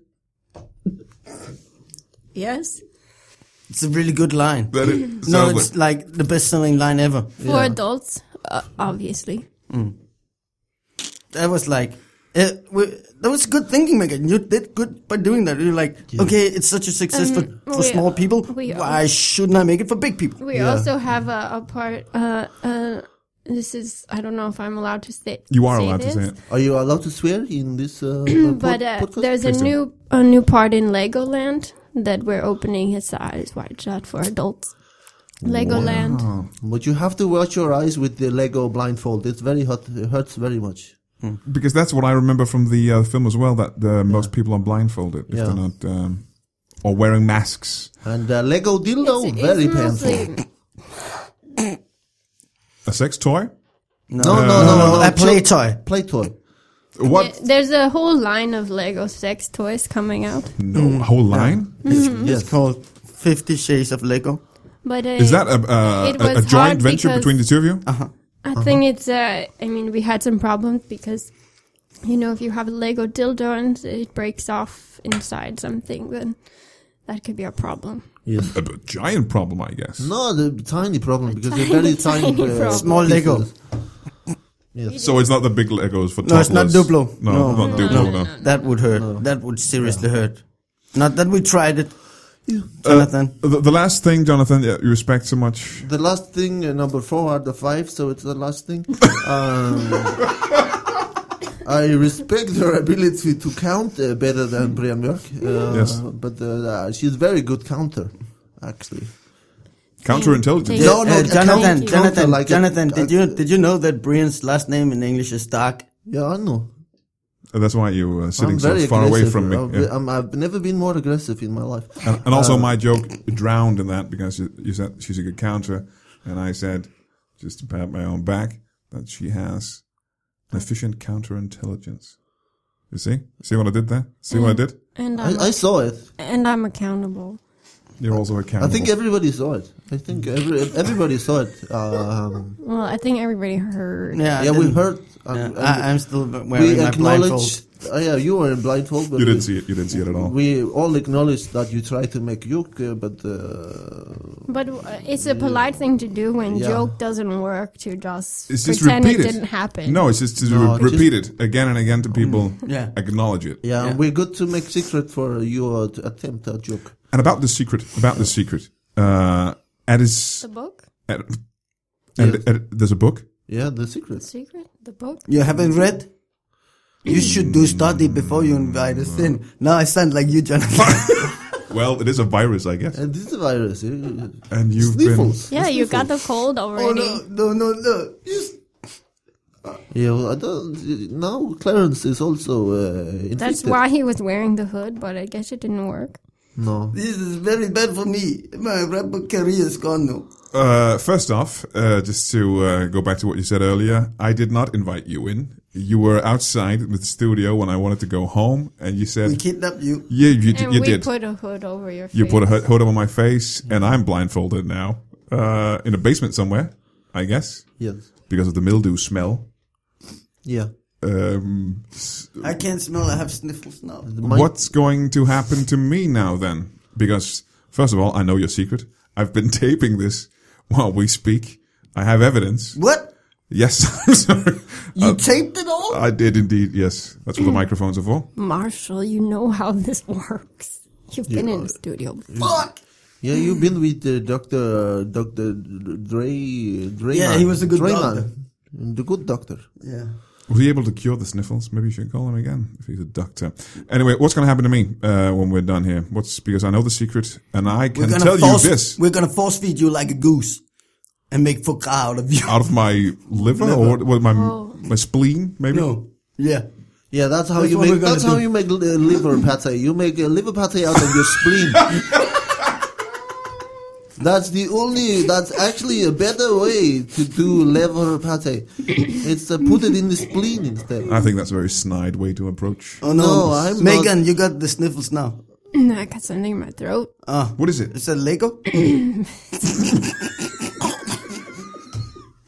G: yes?
C: It's a really good line.
A: That it
C: No,
A: sounds
C: it's
A: like-
C: like the best selling line ever.
B: For adults, uh, obviously.
C: That was like, eh, we- that was good thinking, Megan. You did good by doing that. You're like, okay, it's such a success for, for
B: we-
C: small people.
B: we-
C: Why shouldn't I make it for big people?
B: We also have a, a part. Uh, uh, this is I don't know if I'm allowed to say.
A: you are
B: say
A: allowed to
B: this,
A: say it.
D: Are you allowed to swear in this? Uh, pod-
B: <clears throat> But uh,
D: podcast?
B: there's a
A: Please do.
B: new a new part in Legoland that we're opening. His eyes wide shut for adults. Legoland.
D: But you have to watch your eyes with the Lego blindfold. It's very hot. It hurts very much.
A: Because that's what I remember from the uh, film as well. That uh, most people are blindfolded if
D: Yeah.
A: they're not, um, or wearing masks.
D: And uh, Lego dildo,
B: It's- it's
D: very
B: mostly-
D: painful.
B: <laughs>
A: A sex toy.
D: No, no, no, no,
A: Uh,
D: no.
C: a play toy.
D: Play toy.
A: What?
B: Yeah, There's a whole line of Lego sex toys coming out,
A: No whole line.
B: Mm-hmm.
C: It's called Fifty Shades of Lego.
B: but uh,
A: Is that a, a,
B: It
A: a, a
B: was
A: joint
B: hard
A: venture
B: because-
A: between the two of you?
C: Uh-huh.
B: I
A: Uh-huh.
B: think it's. Uh, I mean, we had some problems because, you know, if you have a Lego dildo and it breaks off inside something, then that could be a problem.
D: Yes.
A: A, b- giant problem, I guess.
D: No, the tiny problem because they're
F: tiny,
D: very tiny, uh,
F: tiny
B: Oh.
F: problem.
C: Small Lego.
D: pieces. Yes.
A: So it's not the big Legos for
C: No, it's not
A: toddlers.
C: Duplo.
A: No,
C: No.
A: not Duplo. No. Uh,
C: That would hurt. That would seriously hurt. Not that we tried it, Jonathan.
A: Uh, the, the last thing, Jonathan, yeah, you respect so much.
D: The last thing, uh, number four out of five, so it's the last
A: <laughs>
D: thing. um, I respect her ability to count uh, better than Brian Mørk. Uh,
A: Yes.
D: But uh, she's very good counter, actually.
A: Counterintelligence.
F: Thank-
C: No, no,
D: Uh,
C: Jonathan,
D: count- counter
C: Jonathan,
D: like a-
C: Jonathan. Did
D: a-
C: you did you know that Brian's last name in English is Stark?
D: Yeah, I know.
A: Uh, That's why you are sitting
D: I'm
A: so
D: very
A: far away
D: aggressive.
A: from me. Uh,
D: I've,
A: yeah.
D: I'm- I've never been more aggressive in my life.
A: And, and also, my joke drowned in that because you, you said she's a good counter, and I said, just to pat my own back, that she has efficient counterintelligence. You see? See what I did there? See what I did?
F: And I'm,
D: I, I saw it.
F: and I'm accountable.
A: You're also a
D: I
A: counter.
D: think everybody saw it. I think every, everybody saw it. Um,
F: Well, I think everybody heard.
C: Yeah,
D: yeah,
C: I
D: we
C: didn't-
D: heard. Um,
C: Yeah,
D: and
C: I, I'm still b- wearing
D: we
C: my blindfold.
D: acknowledge. Uh, yeah, you were in blindfold. But
A: you
D: we,
A: didn't see it. You didn't see it at all.
D: We all acknowledge that you try to make joke, uh, but uh,
F: But uh, it's a polite thing to do when
D: Yeah.
F: joke doesn't work to just
A: It's just
F: pretend it
A: repeated.
F: didn't happen.
A: no, it's just to
D: No,
A: re-
D: it's
A: repeat it again and again to people.
C: Yeah.
A: Acknowledge it.
D: yeah,
C: Yeah.
D: we're good to make secret for your t- attempt at joke.
A: And about the secret, about the secret, uh, at his,
F: The book?
A: at, and
D: Yes.
A: at- there's a book.
D: Yeah, the
F: The
D: secret.
F: secret? The book?
C: You haven't read? You should do study before you invite us in. Now I sound like you,
A: <laughs>
C: Jonathan.
A: Well, it is a virus, I guess.
D: And this is a virus. you- you-
A: And you've
D: Sniffles.
F: Yeah, you got the cold
A: Oh,
C: <laughs>
F: already.
C: no, no, no. Yes.
D: Yeah, well, I don't. Now Clarence is also uh, infected.
F: That's why he was wearing the hood, but I guess it didn't work.
D: No.
C: This is very bad for me. My rapper career is gone now.
A: been. Uh, first off, uh, just to uh, go back to what you said earlier, I did not invite you in. You were outside the studio when I wanted to go home, and you
C: We
A: said,
C: kidnapped you.
A: "Yeah, you, d-
F: And
A: you
F: we
A: did.
F: put a hood over your face.
A: you put a hood hood over my face, and I'm blindfolded now uh, in a basement somewhere, I guess,
D: Yes.
A: because of the mildew smell."
D: Yeah.
A: Um,
C: I can't smell. I have sniffles now.
D: My-
A: What's going to happen to me now then? Because first of all, I know your secret. I've been <laughs> taping this while we speak. I have evidence.
C: What?
A: Yes, <laughs> I'm sorry.
C: You Mm. taped it all?
A: Uh, I did indeed. Yes, that's what the microphones are for.
F: Marshall, you know how this <laughs> works. You've been in the studio. before.
C: Fuck.
D: Yeah, you've been with uh, Doctor Doctor Dre Dre.
C: Yeah, he was a good doctor.
D: the good doctor.
C: Yeah.
A: Was he able to cure the sniffles? Maybe you should call him again if he's a doctor. Anyway, what's going to happen to me uh, when we're done here? What's because I know the secret and I
C: We're
A: can
C: gonna
A: tell you
C: force,
A: this
C: We're gonna force feed you like a goose, and make fuck out
A: <laughs>
C: of you.
A: out of my liver, or what, what, my my spleen, maybe.
C: Oh. No. Yeah.
D: Yeah, that's how
C: That's
D: you
C: what
D: make.
C: we're gonna
D: That's how
C: do.
D: you make uh, liver pate. You make a liver pate out of
C: <laughs>
D: your spleen. That's the only. That's actually a better way to do liver pate. It's uh, put it in the spleen instead.
A: I think that's a very snide way to approach.
C: Oh no.
D: No, I'm
C: Megan, you got the sniffles now.
F: No, I got something in my throat.
D: Uh.
A: What is it?
C: Is that Lego? <clears throat>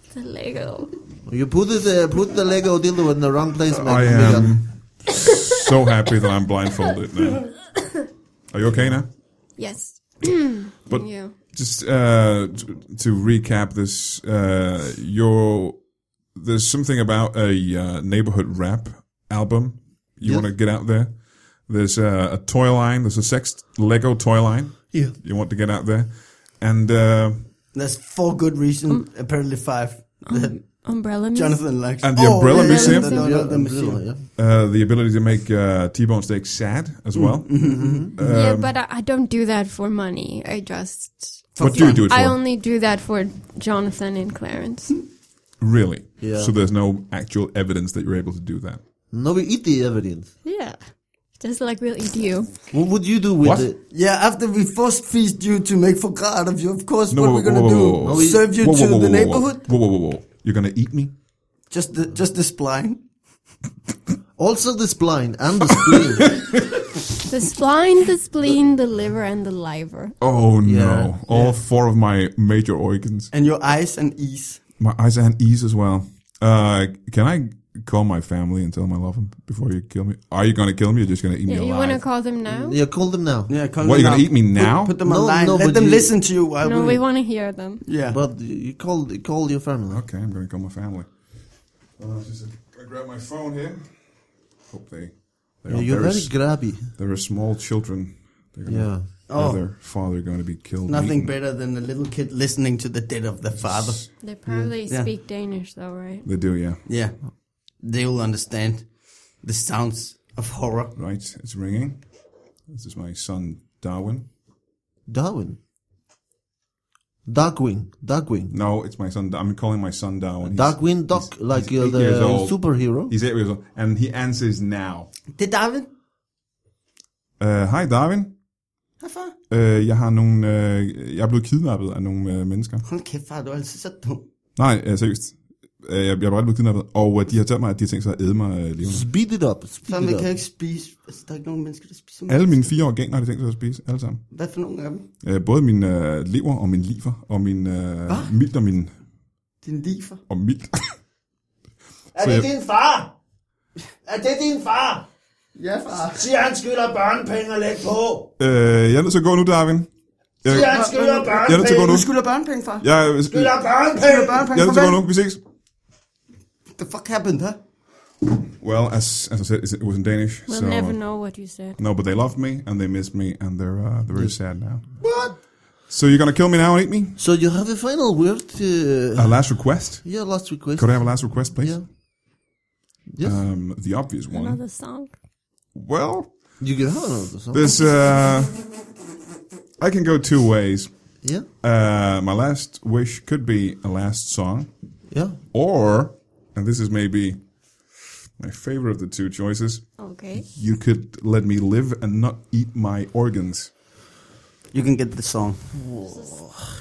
F: It's a Lego.
D: You put it. Uh, put the Lego dildo in the wrong place, man.
A: I am <laughs> so happy that I'm blindfolded now. Are you okay now?
F: Yes.
A: But
D: <laughs>
F: Yeah.
A: just uh, t- to recap this, uh, your there's something about a uh, neighborhood rap album you
D: Yeah.
A: want to get out there. There's uh, a toy line. There's a sex Lego toy line
D: Yeah.
A: you want to get out there, and uh,
C: There's four good reasons. apparently five. that
F: Um, Umbrella music.
C: Jonathan likes.
A: And the umbrella museum?
C: No, no, no, the
D: Umbrella,
C: museum.
D: yeah.
A: uh, the ability to make uh, T-bone steak sad
D: Mm.
A: as well.
D: Mm-hmm.
F: yeah, but I, I don't do that for money. I just.
A: What do you do it for?
F: I only do that for Jonathan and Clarence.
A: really?
D: Yeah.
A: So there's no actual evidence that you're able to do that.
D: No, we eat the evidence.
F: Yeah. Just like we'll eat you.
D: What would you do with
A: What?
D: it?
C: Yeah, after we force feed you to make fuck out of you, of course,
A: No,
C: what
A: whoa,
C: we're gonna
A: whoa,
C: do?
A: whoa, whoa,
D: whoa.
C: Serve you
A: Whoa,
C: to
A: whoa, whoa, whoa,
C: the
A: whoa.
C: neighborhood?
A: Whoa, whoa, whoa, whoa! You're gonna eat me?
C: Just the just the spline.
D: Also the spline and the spleen.
F: The spline, the spleen, the liver, and the liver.
A: Oh
D: Yeah,
A: no! All four of my major organs,
C: And your eyes and ease.
A: my eyes and ears as well. Uh, can I call my family and tell them I love them before you kill me? Are you gonna kill me or just gonna eat
B: Yeah,
A: me
B: you
A: alive?
B: want to call them now?
D: Yeah, call them now.
C: Yeah, call
A: What,
C: them
A: you gonna
C: now.
A: eat me now?
C: Put, put them
D: No,
C: online.
D: no,
C: Let
D: but
C: them
D: you-
C: listen to you. While
B: No,
C: we,
B: we want to hear them.
C: yeah.
D: But you call call your family.
A: Okay, I'm gonna call my family. Uh, just a- I grab my phone here. Hope they. they are
D: You're
A: there
D: very
A: is-
D: grabby.
A: there are small children. They're gonna,
D: Yeah.
A: oh.
C: Oh.
A: their father going to be killed.
C: Nothing
A: eaten.
C: better than a little kid listening to the dead of their father.
B: They probably
C: Yeah.
B: speak Danish though, right?
A: They do, yeah.
C: Yeah. They will understand the sounds of horror.
A: Right, it's ringing. This is my son Darwin.
D: Darwin. Darkwing. Darkwing.
A: No, it's my son. I'm calling my son Darwin. He's-
D: Darkwing Duck, like
A: he's
D: uh,
A: eight years
D: the
A: old.
D: superhero.
A: He's eight years old, and he answers now.
C: Det er David.
A: Uh, Hej Darwin.
C: Hej far.
A: Uh, jeg har nogle. Uh, jeg er blevet kidnappet af nogle uh, mennesker.
C: Hold kæft far, du er altid så dum.
A: Nej, uh, seriøst. Uh, jeg, jeg er bare blevet kidnappet, og uh, de har talt mig, at de har tænkt sig at æde mig uh, levende.
D: Speed it up. Speed
C: Far,
D: it
C: man
D: up.
C: kan jo ikke spise. Altså, der er ikke nogen mennesker, der spiser mad.
A: Alle mine fire organer har de tænkt sig at spise, alle sammen.
C: Hvad for nogle af dem?
A: Uh, både min uh, lever og min liver, og min uh, milt og min...
C: Din lifer.
A: Og milt.
H: Er
A: Så
H: det
A: jeg-
H: din far? Er det din far?
C: Ja, far.
H: Siger han skylder børnepenge at lægge på.
A: <laughs> uh, jeg er nødt til at gå nu, Darwin. Jeg,
H: Siger han skylder børnepenge.
A: jeg er nødt til at gå nu.
C: Du skylder børnepenge, far.
A: Jeg,
H: Skylder børnepenge.
A: jeg
C: Børnepenge
A: er
C: for
A: nødt til at gå
C: hvad?
A: nu. Vi ses.
C: The fuck happened, huh?
A: Well, as, as I said, it's- it was in Danish.
B: We'll
A: so,
B: never know what you said.
A: No, but they love me and they miss me and they're uh, they're very sad now. What? So you're gonna kill me now and eat me?
D: So you have a final word. Uh,
A: A last request?
D: yeah, last request.
A: Could I have a last request, please?
D: Yeah. Yes.
A: Um, the obvious one.
F: Another song.
A: Well,
D: you can have another song.
A: this uh, I can go two ways.
D: Yeah.
A: Uh, my last wish could be a last song,
D: Yeah.
A: or and this is maybe my favorite of the two choices.
B: Okay.
A: You could let me live and not eat my organs.
C: You can get the song.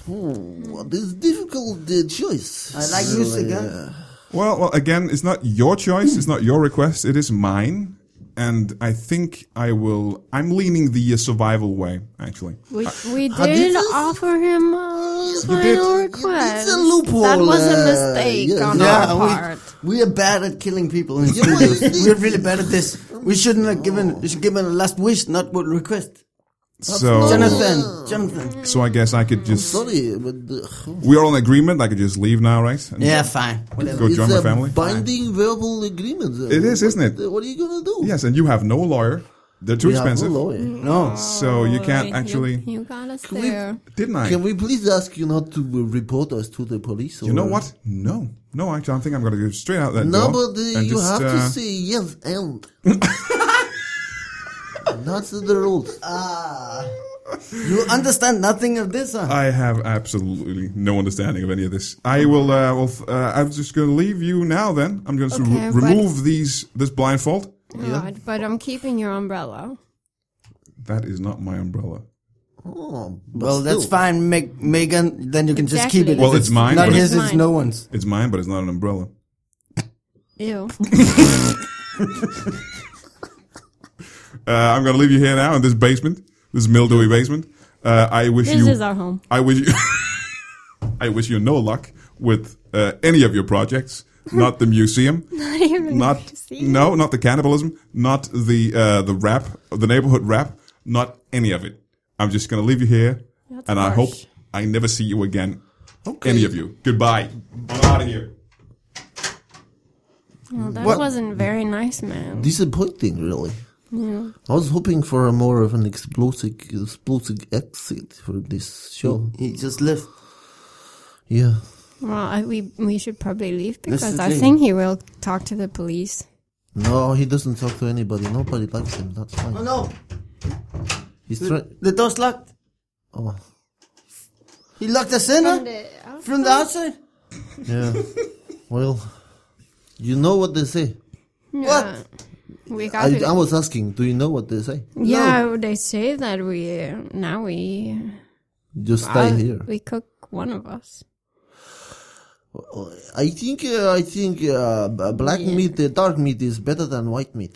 D: Well, this is difficult uh, choice.
C: I like music, huh?
A: Well, well, again, it's not your choice. It's not your request. It is mine, and I think I will. I'm leaning the uh, survival way, actually.
B: We, we
D: how did
B: did
D: this-
B: offer him a final request.
D: It's a loophole.
B: That was a
D: uh,
B: mistake
D: yeah,
B: on
D: yeah.
B: our
C: we,
B: part.
C: we are bad at killing people in
D: what
C: studios.
D: is this?
C: We're really bad at this. We shouldn't have given. We should given a last wish, not what request.
A: Oh. So,
C: Jonathan, Jonathan.
A: so I guess I could just.
D: Sorry, but uh,
A: We are all in agreement. I could just leave now, right? And
C: Yeah, fine. Whatever.
A: Go
D: it's
A: join
D: a
A: my family.
D: binding verbal agreement. uh,
A: It is,
D: what-
A: isn't it?
D: What are you gonna do?
A: Yes, and you have no lawyer. They're too
D: we have
A: expensive.
D: no lawyer.
C: No.
A: So Oh,
F: Oh,
A: you can't
B: Oh, You-
A: actually.
B: You, got us there.
A: Didn't I?
D: Can we please ask you not to uh, report us to the police? Or,
A: You know what? No, no. Actually, I think I'm going to go straight out that
D: No,
A: door
D: but uh,
A: and
D: you
A: just,
D: have
A: uh,
D: to say yes
A: <laughs>
D: and. That's the rules.
C: You understand nothing of this, huh?
A: I have absolutely no understanding of any of this. I will. Uh, well, f- uh, I'm just going to leave you now. Then I'm going to
B: Okay, but-
A: remove these this blindfold.
B: God, but I'm keeping your umbrella.
A: That is not my umbrella.
D: Oh, but
C: well, that's
D: still.
C: fine, Meg- Megan. Then you can just keep it.
B: Exactly.
A: Well, it's mine,
C: Not
A: but
C: his.
B: it's-
C: It's no one's.
A: It's mine, but it's not an umbrella.
B: Ew.
A: Uh, I'm going to leave you here now in this basement, this mildewy basement. Uh, I wish
B: This
A: you.
B: is our home.
A: I wish you. I wish you <laughs> no luck with uh, any of your projects. Not the museum.
B: <laughs> Not
A: <laughs>
B: even <laughs>
A: not no, not the cannibalism, not the uh, the rap, the neighborhood rap, not any of it. I'm just gonna leave you here, and I
B: harsh.
A: hope I never see you again. Any of you. Goodbye. I'm out of here.
B: Well, that wasn't very nice, man.
D: disappointing, really.
B: Yeah.
D: I was hoping for a more of an explosive, explosive exit for this show.
C: He just left.
D: Yeah.
B: Well, I, we we should probably leave
C: That's
B: because
C: the
B: I
C: thing.
B: think he will talk to the police.
D: No, he doesn't talk to anybody. Nobody likes him. That's
C: Oh
D: fine.
C: no!
D: He's
C: The,
D: trying.
C: the door's locked.
D: Oh,
C: He locked us in, huh? From the outside.
D: yeah. <laughs> well, you know what they say.
C: What?
B: We got
D: I,
B: it.
D: I was asking, do you know what they say?
B: yeah, they say that we uh, now we
D: Just stay
B: uh,
D: here.
B: we cook one of us.
D: I think uh, I think uh, b- black meat, uh, dark meat is better than white meat.